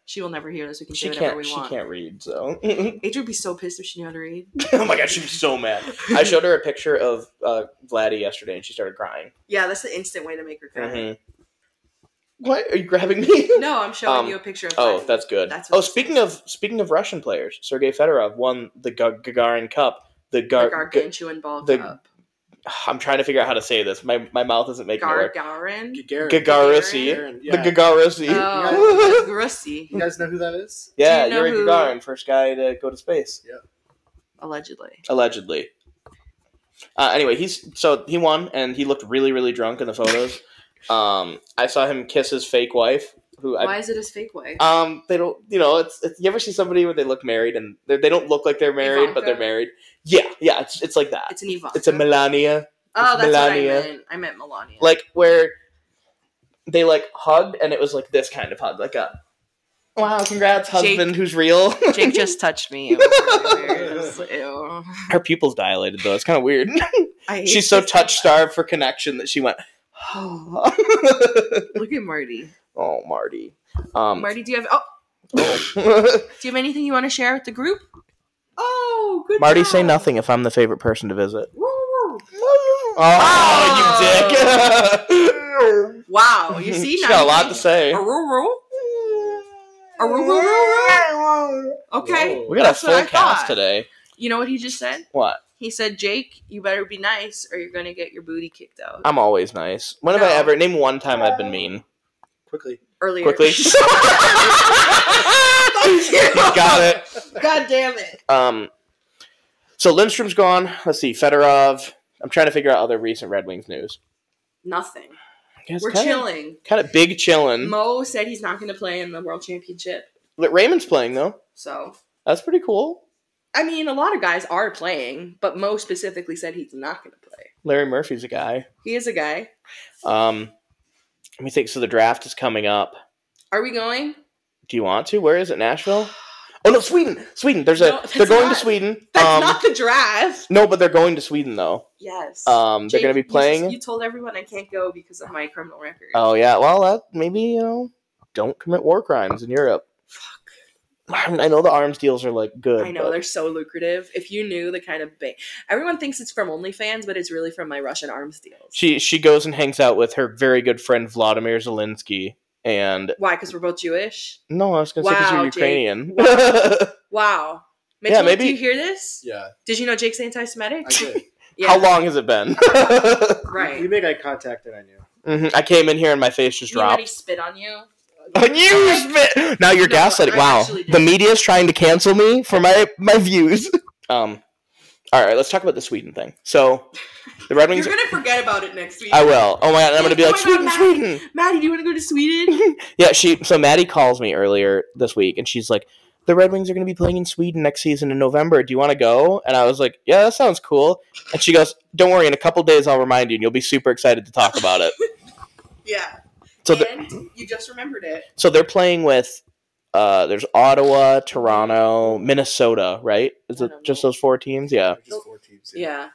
Speaker 2: She will never hear this. We can
Speaker 1: She
Speaker 2: say whatever
Speaker 1: can't.
Speaker 2: we
Speaker 1: She
Speaker 2: want.
Speaker 1: can't read. So,
Speaker 2: Adrian would be so pissed if she knew how to read.
Speaker 1: oh my god, she was so mad. I showed her a picture of uh, Vladdy yesterday, and she started crying.
Speaker 2: Yeah, that's the instant way to make her cry.
Speaker 1: Mhm. Why are you grabbing me?
Speaker 2: No, I'm showing
Speaker 1: Um,
Speaker 2: you a picture of.
Speaker 1: Oh,
Speaker 2: Vladdy.
Speaker 1: that's good.
Speaker 2: That's what
Speaker 1: oh,
Speaker 2: this
Speaker 1: speaking of speaking of Russian players, Sergei Fedorov won the Ga- Gagarin Cup. The,
Speaker 2: The
Speaker 1: Gar- Ga-
Speaker 2: gargantuan ball
Speaker 1: the-
Speaker 2: cup.
Speaker 1: I'm trying to figure out how to say this. My my mouth isn't making it work.
Speaker 2: Gargarin.
Speaker 3: Gagarin.
Speaker 1: Gagarasi.
Speaker 3: Gagarin, yeah.
Speaker 1: The Gagarasi.
Speaker 2: Oh, that's grossy.
Speaker 3: you guys know who that is?
Speaker 1: yeah,
Speaker 2: Do you know
Speaker 1: Yuri
Speaker 2: who-
Speaker 1: Gagarin, first guy to go to space.
Speaker 2: Allegedly.
Speaker 1: allegedly. Uh, anyway, he's so he won, and he looked really, really drunk in the photos. um, I saw him kiss his fake wife, who
Speaker 2: Why
Speaker 1: I
Speaker 2: is it his fake wife?
Speaker 1: um they don't you know it's, it's you ever see somebody where they look married and they they don't look like they're married but they're
Speaker 2: Ivanka?
Speaker 1: married. Yeah, yeah, it's it's like that.
Speaker 2: it's an Ivanka.
Speaker 1: It's a Melania,
Speaker 2: Oh, that's
Speaker 1: Melania.
Speaker 2: what I meant. I meant Melania.
Speaker 1: like where they like hugged, and it was like this kind of hug, like a wow, congrats, husband who's real.
Speaker 2: Jake just touched me. It was really weird. It was- ew.
Speaker 1: Her pupils dilated though; it's kind of weird.
Speaker 2: I hate
Speaker 1: She's so
Speaker 2: this.
Speaker 1: touch starved for connection that she went.
Speaker 2: Look at Marty.
Speaker 1: Oh, Marty. Um,
Speaker 2: Marty, do you have? Oh, do you have anything you want to share with the group? Oh, good.
Speaker 1: Marty,
Speaker 2: job.
Speaker 1: say nothing if I'm the favorite person to visit.
Speaker 2: Woo, woo,
Speaker 1: Oh, you dick!
Speaker 2: woo. Wow, Oh. you see
Speaker 1: She's
Speaker 2: now.
Speaker 1: got a
Speaker 2: you
Speaker 1: lot
Speaker 2: think-
Speaker 1: to say.
Speaker 2: A roo roo. A roo roo roo roo. Okay.
Speaker 3: Whoa.
Speaker 1: We got a
Speaker 2: That's what
Speaker 1: full
Speaker 2: I
Speaker 1: cast
Speaker 2: thought.
Speaker 1: today.
Speaker 2: You know what he just said?
Speaker 1: What?
Speaker 2: He said, "Jake, you better be nice, or you're gonna get your booty kicked out."
Speaker 1: I'm always nice. When have I
Speaker 2: No.
Speaker 1: ever name one time I've been mean?
Speaker 3: Quickly.
Speaker 2: Earlier.
Speaker 1: Quickly. got it.
Speaker 2: God damn it.
Speaker 1: Um, so Lindstrom's gone. Let's see. Fedorov. I'm trying to figure out other recent Red Wings news.
Speaker 2: Nothing.
Speaker 1: I guess
Speaker 2: We're
Speaker 1: kinda-
Speaker 2: chilling.
Speaker 1: Kind of big chillin'.
Speaker 2: Mo said he's not going to play in the World Championship.
Speaker 1: But Raymond's playing though.
Speaker 2: So,
Speaker 1: That's pretty cool.
Speaker 2: I mean, a lot of guys are playing, but Mo specifically said he's not going to play.
Speaker 1: Larry Murphy's a guy.
Speaker 2: He is a guy.
Speaker 1: Um, let me think. So the draft is coming up.
Speaker 2: Are we going?
Speaker 1: Do you want to? Where is it? Nashville? Oh no, Sweden. Sweden. There's a.
Speaker 2: No, that's
Speaker 1: they're going
Speaker 2: not-
Speaker 1: to Sweden.
Speaker 2: That's
Speaker 1: um,
Speaker 2: not the draft.
Speaker 1: no, but they're going to Sweden though.
Speaker 2: Yes.
Speaker 1: Um, they're
Speaker 2: Jake,
Speaker 1: going to
Speaker 2: you
Speaker 1: be
Speaker 2: just-
Speaker 1: playing.
Speaker 2: You, told everyone I can't go because of my criminal record.
Speaker 1: oh yeah. Well, that maybe you know, don't commit war crimes in Europe. Fuck. I know the arms deals are like good.
Speaker 2: I know
Speaker 1: but-
Speaker 2: they're so lucrative. If you knew the kind of ba- everyone thinks it's from OnlyFans, but it's really from my Russian arms deals.
Speaker 1: She she goes and hangs out with her very good friend Vladimir Zelensky. And
Speaker 2: Why? Because we're both Jewish.
Speaker 1: no, I was going to 'cause
Speaker 2: Wow,
Speaker 1: you're
Speaker 2: Jake.
Speaker 1: Ukrainian.
Speaker 2: Wow.
Speaker 1: Yeah,
Speaker 2: Mitchell,
Speaker 1: maybe-
Speaker 2: Do you hear this?
Speaker 3: Yeah,
Speaker 2: Did you know Jake's anti-Semitic?
Speaker 3: I did.
Speaker 2: Yeah,
Speaker 1: How long has it been?
Speaker 2: Right.
Speaker 3: We made eye contact and I knew.
Speaker 1: Mhm, I came in here and my face just
Speaker 2: You know that he
Speaker 1: dropped.
Speaker 2: spit on you.
Speaker 1: you spit. Now you're
Speaker 2: No,
Speaker 1: gaslighting.
Speaker 2: I
Speaker 1: Wow,
Speaker 2: actually did.
Speaker 1: the media's trying to cancel me for my my views. Um, all right, let's talk about the Sweden thing. So, the Red Wings.
Speaker 2: You're gonna forget about it next week.
Speaker 1: I will. Oh my god, and I'm
Speaker 2: What's
Speaker 1: gonna be like Sweden,
Speaker 2: going on,
Speaker 1: Sweden.
Speaker 2: Maddie, do you want to go to Sweden?
Speaker 1: Yeah, she. So Maddie calls me earlier this week, and she's like, "The Red Wings are going to be playing in Sweden next season in November. Do you want to go?" And I was like, "Yeah, that sounds cool." And she goes, "Don't worry, in a couple days I'll remind you, and you'll be super excited to talk about it."
Speaker 2: yeah.
Speaker 1: So, the,
Speaker 2: and you just remembered it.
Speaker 1: so they're playing with. Uh, there's Ottawa, Toronto, Minnesota, right? Is
Speaker 2: I
Speaker 1: it
Speaker 2: don't
Speaker 1: just
Speaker 2: know.
Speaker 1: those four teams? Yeah.
Speaker 3: Just four teams.
Speaker 2: Yeah.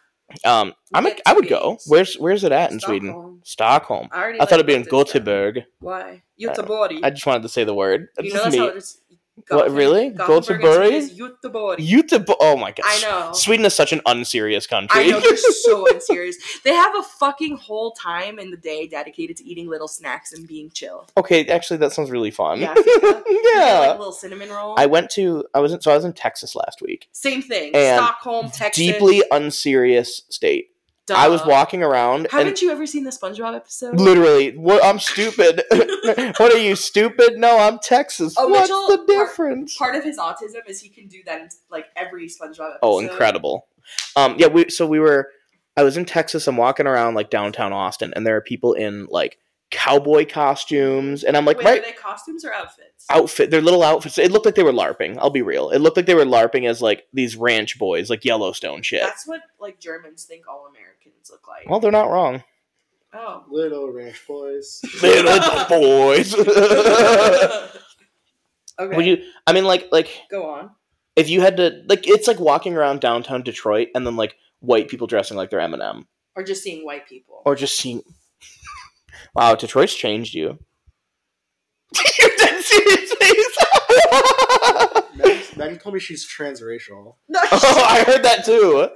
Speaker 1: Um, I'm a,
Speaker 2: Get
Speaker 1: I would
Speaker 2: to
Speaker 1: go.
Speaker 2: games.
Speaker 1: Where's Where's it at in Sweden?
Speaker 2: Stockholm.
Speaker 1: Stockholm.
Speaker 2: I, already
Speaker 1: I thought it'd
Speaker 2: like
Speaker 1: be in
Speaker 2: Gothenburg.
Speaker 1: Gothenburg.
Speaker 2: Why?
Speaker 1: don't know.
Speaker 2: Göteborg.
Speaker 1: I just wanted to say the word. It's
Speaker 2: You know
Speaker 1: just
Speaker 2: that's how
Speaker 1: me.
Speaker 2: it's.
Speaker 1: What,
Speaker 2: Gothenburg-
Speaker 1: really?
Speaker 2: Gothenburg
Speaker 1: Göteborg?
Speaker 2: is Göteborg.
Speaker 1: Utah. Oh my god.
Speaker 2: I know.
Speaker 1: Sweden is such an unserious country.
Speaker 2: I know they're so unserious. They have a fucking whole time in the day dedicated to eating little snacks and being chill.
Speaker 1: okay, actually, that sounds really fun.
Speaker 2: Yeah, fika.
Speaker 1: Yeah.
Speaker 2: like little cinnamon roll.
Speaker 1: I went to. I was in. So I was in Texas last week.
Speaker 2: Same thing.
Speaker 1: And
Speaker 2: Stockholm, Texas.
Speaker 1: Deeply unserious state.
Speaker 2: Duh.
Speaker 1: I was walking around and
Speaker 2: Haven't you ever seen the SpongeBob episode?
Speaker 1: Literally, what? I'm stupid. what are you stupid? No, I'm Texas.
Speaker 2: Oh,
Speaker 1: What's
Speaker 2: Mitchell,
Speaker 1: the
Speaker 2: part-
Speaker 1: difference?
Speaker 2: Part of his autism is he can do that in like every SpongeBob episode.
Speaker 1: oh, incredible. Um, yeah. We so we were. I was in Texas. I'm walking around like downtown Austin, and there are people in like cowboy costumes, and I'm like,
Speaker 2: Wait,
Speaker 1: right
Speaker 2: are they costumes or outfits?
Speaker 1: outfit, their little outfits. It looked like they were larping. I'll be real. It looked like they were larping as like these ranch boys, like Yellowstone shit.
Speaker 2: That's what like Germans think all Americans look like.
Speaker 1: well, they're not wrong.
Speaker 2: Oh.
Speaker 3: Little Ranch Boys.
Speaker 1: Little boys. Would
Speaker 2: okay.
Speaker 1: you? I mean, like, like.
Speaker 2: go on?
Speaker 1: if you had to like it's like walking around downtown detroit and then like white people dressing like they're eminem
Speaker 2: Or just seeing white people.
Speaker 1: or just seeing wow detroit's changed you you didn't see his face oh
Speaker 3: Maddie, Maddie told me she's transracial.
Speaker 2: No,
Speaker 1: i heard that too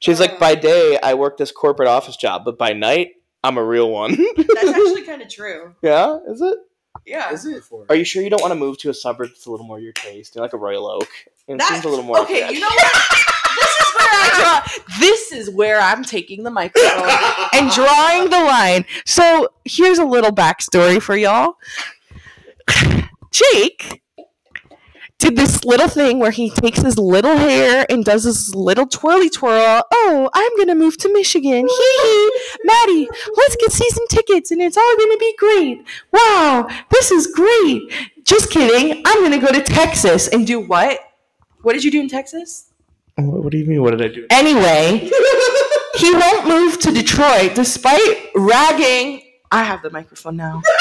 Speaker 1: she's like by day i work this corporate office job but by night i'm a real one
Speaker 2: that's actually kind of true.
Speaker 1: yeah is it
Speaker 2: Yeah.
Speaker 3: Is it for?
Speaker 1: are you sure you don't want to move to a suburb that's a little more your taste like a royal oak it
Speaker 2: That-
Speaker 1: seems a little more
Speaker 2: okay, you know what? this is where I draw. This is where I'm taking the microphone and drawing the line. So here's a little backstory for y'all. Jake did this little thing where he takes his little hair and does this little twirly twirl. Oh, I'm gonna move to Michigan. Hee hee. Maddie, let's get season tickets and it's all gonna be great. Wow, this is great. Just kidding. I'm gonna go to Texas and do what? What did you do in Texas?
Speaker 1: what, what do you mean what did i do
Speaker 2: Anyway, he won't move to Detroit despite ragging. I have the microphone now.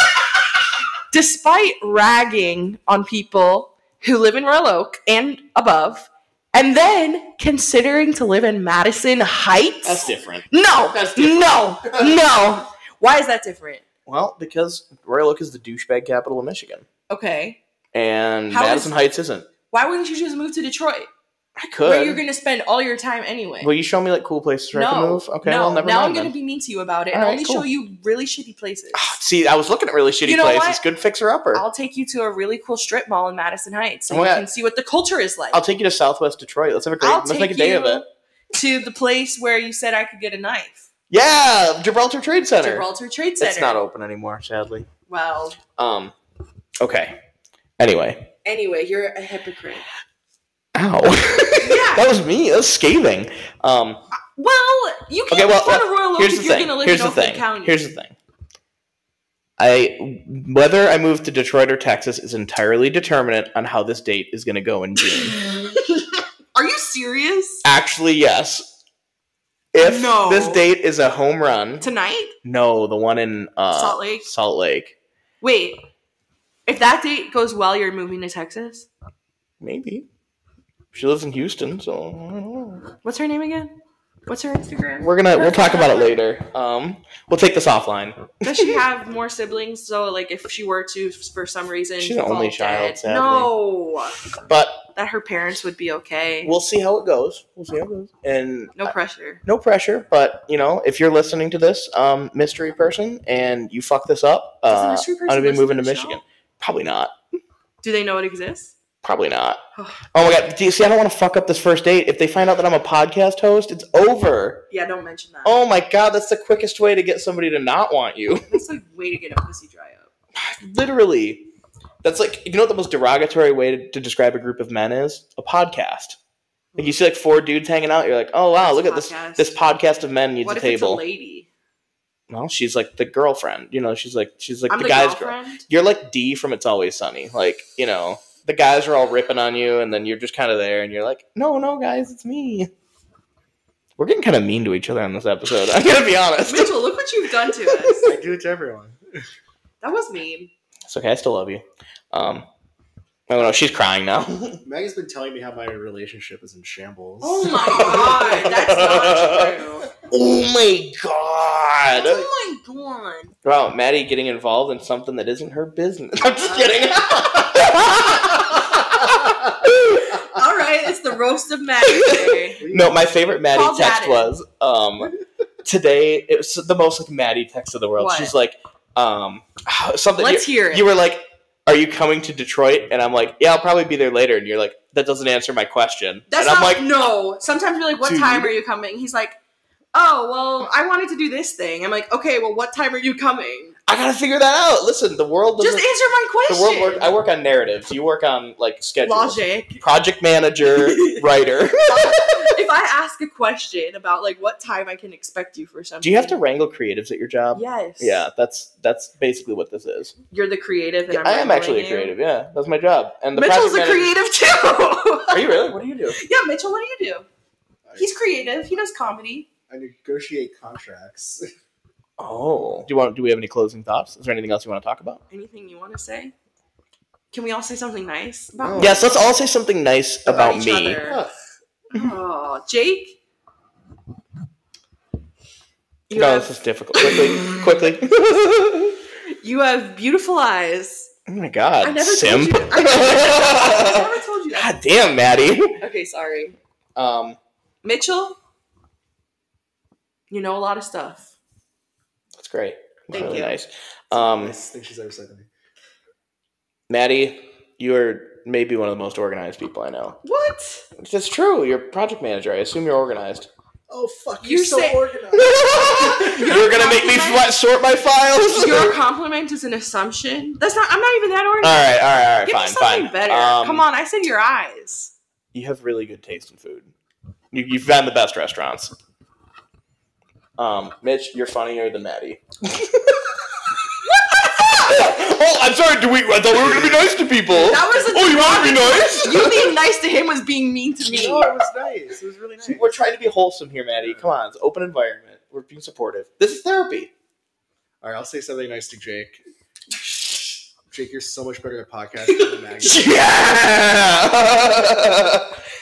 Speaker 2: despite ragging on people who live in Royal Oak and above, and then considering to live in Madison Heights.
Speaker 1: that's different
Speaker 2: No,
Speaker 1: That's different.
Speaker 2: no, no. Why is that different?
Speaker 1: Well, because Royal Oak is the douchebag capital of Michigan,
Speaker 2: Okay.
Speaker 1: and
Speaker 2: How
Speaker 1: Madison
Speaker 2: is-
Speaker 1: Heights isn't.
Speaker 2: Why wouldn't you just move to Detroit?
Speaker 1: I
Speaker 2: Where
Speaker 1: could.
Speaker 2: you're going to spend all your time anyway.
Speaker 1: Will you show me like cool places where I can move? Okay,
Speaker 2: no.
Speaker 1: well, never
Speaker 2: now
Speaker 1: mind.
Speaker 2: I'm going
Speaker 1: then.
Speaker 2: to be mean to you about
Speaker 1: All
Speaker 2: it and
Speaker 1: right,
Speaker 2: only
Speaker 1: cool.
Speaker 2: show you really shitty places.
Speaker 1: See, I was looking at really shitty
Speaker 2: You know
Speaker 1: places.
Speaker 2: what?
Speaker 1: Good fixer upper. I'll,
Speaker 2: I'll take you to a really cool strip mall in Madison Heights, and
Speaker 1: Oh,
Speaker 2: you
Speaker 1: yeah.
Speaker 2: can see what the culture is like.
Speaker 1: take you to Southwest Detroit. Let's have a great.
Speaker 2: I'll
Speaker 1: let's make a day of it.
Speaker 2: to the place where you said I could get a knife,
Speaker 1: Yeah, Gibraltar Trade Center.
Speaker 2: Gibraltar Trade Center.
Speaker 1: It's not open anymore, sadly.
Speaker 2: well,
Speaker 1: Um. Okay. Anyway.
Speaker 2: anyway, you're a hypocrite.
Speaker 1: Ow.
Speaker 2: yeah.
Speaker 1: that was me. That was scathing. Um.
Speaker 2: Well, you can't
Speaker 1: Okay, well,
Speaker 2: go to Royal Oak
Speaker 1: here's
Speaker 2: if
Speaker 1: the
Speaker 2: you're
Speaker 1: thing.
Speaker 2: going to live
Speaker 1: Here's
Speaker 2: in
Speaker 1: the
Speaker 2: Oakland
Speaker 1: thing.
Speaker 2: County.
Speaker 1: Here's the thing. I whether I move to Detroit or Texas is entirely determinate on how this date is going to go in June.
Speaker 2: Are you serious?
Speaker 1: Actually, yes. If
Speaker 2: No.
Speaker 1: this date is a home run,
Speaker 2: Tonight?
Speaker 1: no, the one in uh,
Speaker 2: Salt Lake?
Speaker 1: Salt Lake,
Speaker 2: Wait. If that date goes well, you're moving to Texas.
Speaker 1: maybe. She lives in Houston, so I don't know.
Speaker 2: What's her name again? What's her Instagram?
Speaker 1: we're gonna we'll talk about it later. Um, we'll take this offline.
Speaker 2: Does she have more siblings? So, like, if she were to, for some reason,
Speaker 1: She's an only
Speaker 2: fall
Speaker 1: child,
Speaker 2: dead-
Speaker 1: sadly.
Speaker 2: No.
Speaker 1: But
Speaker 2: that her parents would be okay.
Speaker 1: we'll see how it goes. We'll see how it goes. And
Speaker 2: no pressure.
Speaker 1: no pressure, but you know, if you're listening to this, um, mystery person, and you fuck this up,
Speaker 2: Does the
Speaker 1: uh,
Speaker 2: mystery
Speaker 1: I'm gonna
Speaker 2: person
Speaker 1: be
Speaker 2: listen
Speaker 1: moving
Speaker 2: to
Speaker 1: to
Speaker 2: the
Speaker 1: Michigan.
Speaker 2: show?
Speaker 1: Probably not.
Speaker 2: Do they know it exists?
Speaker 1: Probably not. Oh my god! Do you see? I don't want to fuck up this first date. If they find out that I'm a podcast host, it's over.
Speaker 2: Yeah, don't mention that.
Speaker 1: Oh my god! That's the quickest way to get somebody to not want you.
Speaker 2: That's a way to get a pussy dry up.
Speaker 1: Literally, that's like you know what the most derogatory way to, to describe a group of men is a podcast. Like you see like four dudes hanging out, you're like, oh wow, look at this
Speaker 2: Mm-hmm. Podcast.
Speaker 1: this podcast of men needs
Speaker 2: what
Speaker 1: a
Speaker 2: if
Speaker 1: table.
Speaker 2: it's a lady?
Speaker 1: well, she's like the girlfriend. You know, she's like she's like
Speaker 2: I'm
Speaker 1: the,
Speaker 2: the,
Speaker 1: guy's girl.
Speaker 2: girlfriend.
Speaker 1: You're like D from It's Always Sunny. Like, you know, the guys are all ripping on you and then you're just kind of there and you're like, "No, no, guys, it's me." We're getting kind of mean to each other on this episode. I'm going to be honest.
Speaker 2: Mitchell, look what you've done to us.
Speaker 3: I do it to everyone.
Speaker 2: That was mean.
Speaker 1: It's okay, I still love you. Um Oh no, she's crying now.
Speaker 3: Maggie's been telling me how my relationship is in shambles.
Speaker 2: Oh my god, that's not true.
Speaker 1: oh my god!
Speaker 2: Oh my god.
Speaker 1: Wow, Maddie getting involved in something that isn't her business. I'm just kidding.
Speaker 2: All right, it's the roast of Maddie today.
Speaker 1: no, my favorite Maddie
Speaker 2: Call
Speaker 1: text
Speaker 2: Daddy.
Speaker 1: was um, today. It was the most like Maddie text of the world.
Speaker 2: What?
Speaker 1: She's like, um, something.
Speaker 2: Let's hear it.
Speaker 1: you were like, "Are you coming to Detroit?" And I'm like, "Yeah, I'll probably be there later." And you're like, "That doesn't answer my question."
Speaker 2: That's
Speaker 1: and I'm
Speaker 2: not
Speaker 1: like,
Speaker 2: no. Sometimes we're like, "What
Speaker 4: Dude.
Speaker 2: time are you coming?" He's like, "Oh, well, I wanted to do this thing." I'm like, "Okay, well, what time are you coming?"
Speaker 1: "I gotta figure that out." Listen, the world
Speaker 2: Just
Speaker 1: doesn't.
Speaker 2: answer my
Speaker 1: the world
Speaker 2: question.
Speaker 1: work. I work on narratives. You work on like schedules.
Speaker 2: Logic.
Speaker 1: Project manager, writer.
Speaker 2: if I ask a question about like what time I can expect you for something,
Speaker 1: Do you have to wrangle creatives at your job?
Speaker 2: Yes.
Speaker 1: Yeah, that's that's basically what this is.
Speaker 2: You're the creative, and
Speaker 1: Yeah,
Speaker 2: I'm
Speaker 1: I am
Speaker 2: wrangling
Speaker 1: actually a
Speaker 2: you.
Speaker 1: creative. Yeah, that's my job. And the
Speaker 2: Mitchell's a
Speaker 1: project manager-
Speaker 2: creative too.
Speaker 1: Are you really? What do you do?
Speaker 2: yeah, Mitchell, what do you do? He's creative. He does comedy.
Speaker 3: I negotiate contracts.
Speaker 1: Oh, do you want? Do we have any closing thoughts? Is there anything else you want to talk about?
Speaker 2: Anything you want to say? Can we all say something nice
Speaker 3: No.
Speaker 2: about?
Speaker 1: Yes, let's all say something nice about
Speaker 2: About each
Speaker 1: me.
Speaker 2: other.
Speaker 3: Ugh.
Speaker 2: Oh, Jake. You
Speaker 1: No,
Speaker 2: have
Speaker 1: this is difficult. Quickly, quickly. oh
Speaker 2: you have beautiful eyes.
Speaker 1: my god,
Speaker 2: I never
Speaker 1: simp.
Speaker 2: told you. I never, I never told you that.
Speaker 1: god damn, Maddie.
Speaker 2: Okay, sorry,
Speaker 1: Um,
Speaker 2: Mitchell. You know a lot of stuff.
Speaker 1: that's great. That's
Speaker 2: Thank
Speaker 1: really
Speaker 2: you.
Speaker 1: Nice. Um,
Speaker 3: Nicest thing she's ever said to me.
Speaker 1: Maddie, you are maybe one of the most organized people I know.
Speaker 2: What?
Speaker 1: That's true. You're a project manager. I assume you're organized.
Speaker 3: Oh fuck!
Speaker 2: You
Speaker 3: You're, so
Speaker 2: say-
Speaker 3: organized.
Speaker 1: You're gonna make me
Speaker 2: organized?
Speaker 1: fl- sort my files.
Speaker 2: Your compliment is an assumption. That's not. I'm not even that
Speaker 1: All
Speaker 2: organized.
Speaker 1: right, all right, all right,
Speaker 2: Give
Speaker 1: fine,
Speaker 2: me something
Speaker 1: fine.
Speaker 2: better.
Speaker 1: Um,
Speaker 2: Come on, I said your eyes.
Speaker 1: You have really good taste in food. You, you've been the best restaurants. Um, Mitch, you're funnier than Maddie. oh, I'm sorry. Do we? I thought we were gonna be nice to people.
Speaker 2: That was. A,
Speaker 1: oh, you want to be nice?
Speaker 2: you being nice to him was being mean to me.
Speaker 3: No, it was nice. It was really nice.
Speaker 1: See, we're trying to be wholesome here, Maddie. Come on, it's open environment. We're being supportive. This is therapy.
Speaker 3: All right, I'll say something nice to Jake. Jake, you're so much better at podcasting than Maggie.
Speaker 1: Yeah.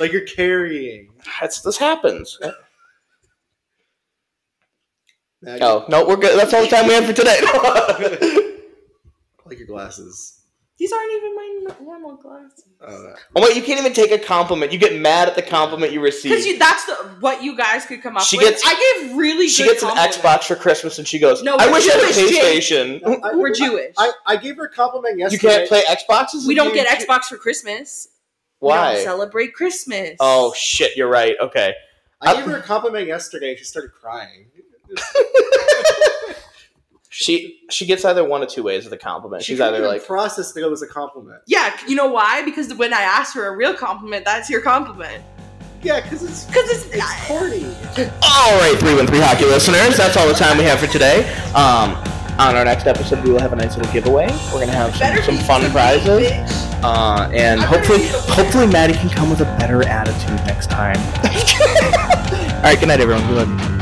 Speaker 3: like you're carrying.
Speaker 1: That's this happens.
Speaker 3: Maggie,
Speaker 1: Oh no, we're good. That's all the time we have for today.
Speaker 3: I like your glasses.
Speaker 2: These aren't even my n- normal glasses.
Speaker 3: Uh,
Speaker 1: Oh wait, you can't even take a compliment. You get mad at the compliment you receive.
Speaker 2: Because that's the, what you guys could come up
Speaker 1: She
Speaker 2: with.
Speaker 1: gets-
Speaker 2: I gave really
Speaker 1: she
Speaker 2: good
Speaker 1: gets an
Speaker 2: compliments.
Speaker 1: Xbox for Christmas, and she goes,
Speaker 2: No,
Speaker 1: "I
Speaker 2: we're
Speaker 1: wish I had a
Speaker 2: Jewish, Jake.
Speaker 1: PlayStation."
Speaker 3: I-
Speaker 2: We're Jewish.
Speaker 3: I, I gave her a compliment
Speaker 1: You
Speaker 3: yesterday.
Speaker 1: can't play Xboxes.
Speaker 2: we don't
Speaker 1: You-
Speaker 2: get Xbox for Christmas. We don't
Speaker 1: Why?
Speaker 2: celebrate Christmas.
Speaker 1: Oh shit, you're right. Okay,
Speaker 3: I gave her a compliment yesterday. and She started crying.
Speaker 1: she she gets either one of two ways of the compliment.
Speaker 3: She
Speaker 1: She's
Speaker 3: couldn't
Speaker 1: either
Speaker 3: even
Speaker 1: like,
Speaker 3: process that it was a compliment.
Speaker 2: yeah, you know why? Because when I asked for a real compliment, that's your compliment.
Speaker 3: Yeah, because it's
Speaker 2: Because it's,
Speaker 3: it's corny.
Speaker 1: All right, 313 hockey listeners, that's all the time we have for today. Um, on our next episode, we will have a nice little giveaway. We're gonna have some,
Speaker 2: better
Speaker 1: some
Speaker 2: be
Speaker 1: fun
Speaker 2: something,
Speaker 1: prizes,
Speaker 2: bitch.
Speaker 1: uh, and
Speaker 2: I'm gonna
Speaker 1: hopefully,
Speaker 2: be the winner.
Speaker 1: hopefully, Maddie can come with a better attitude next time. all right, good night, everyone. We love you.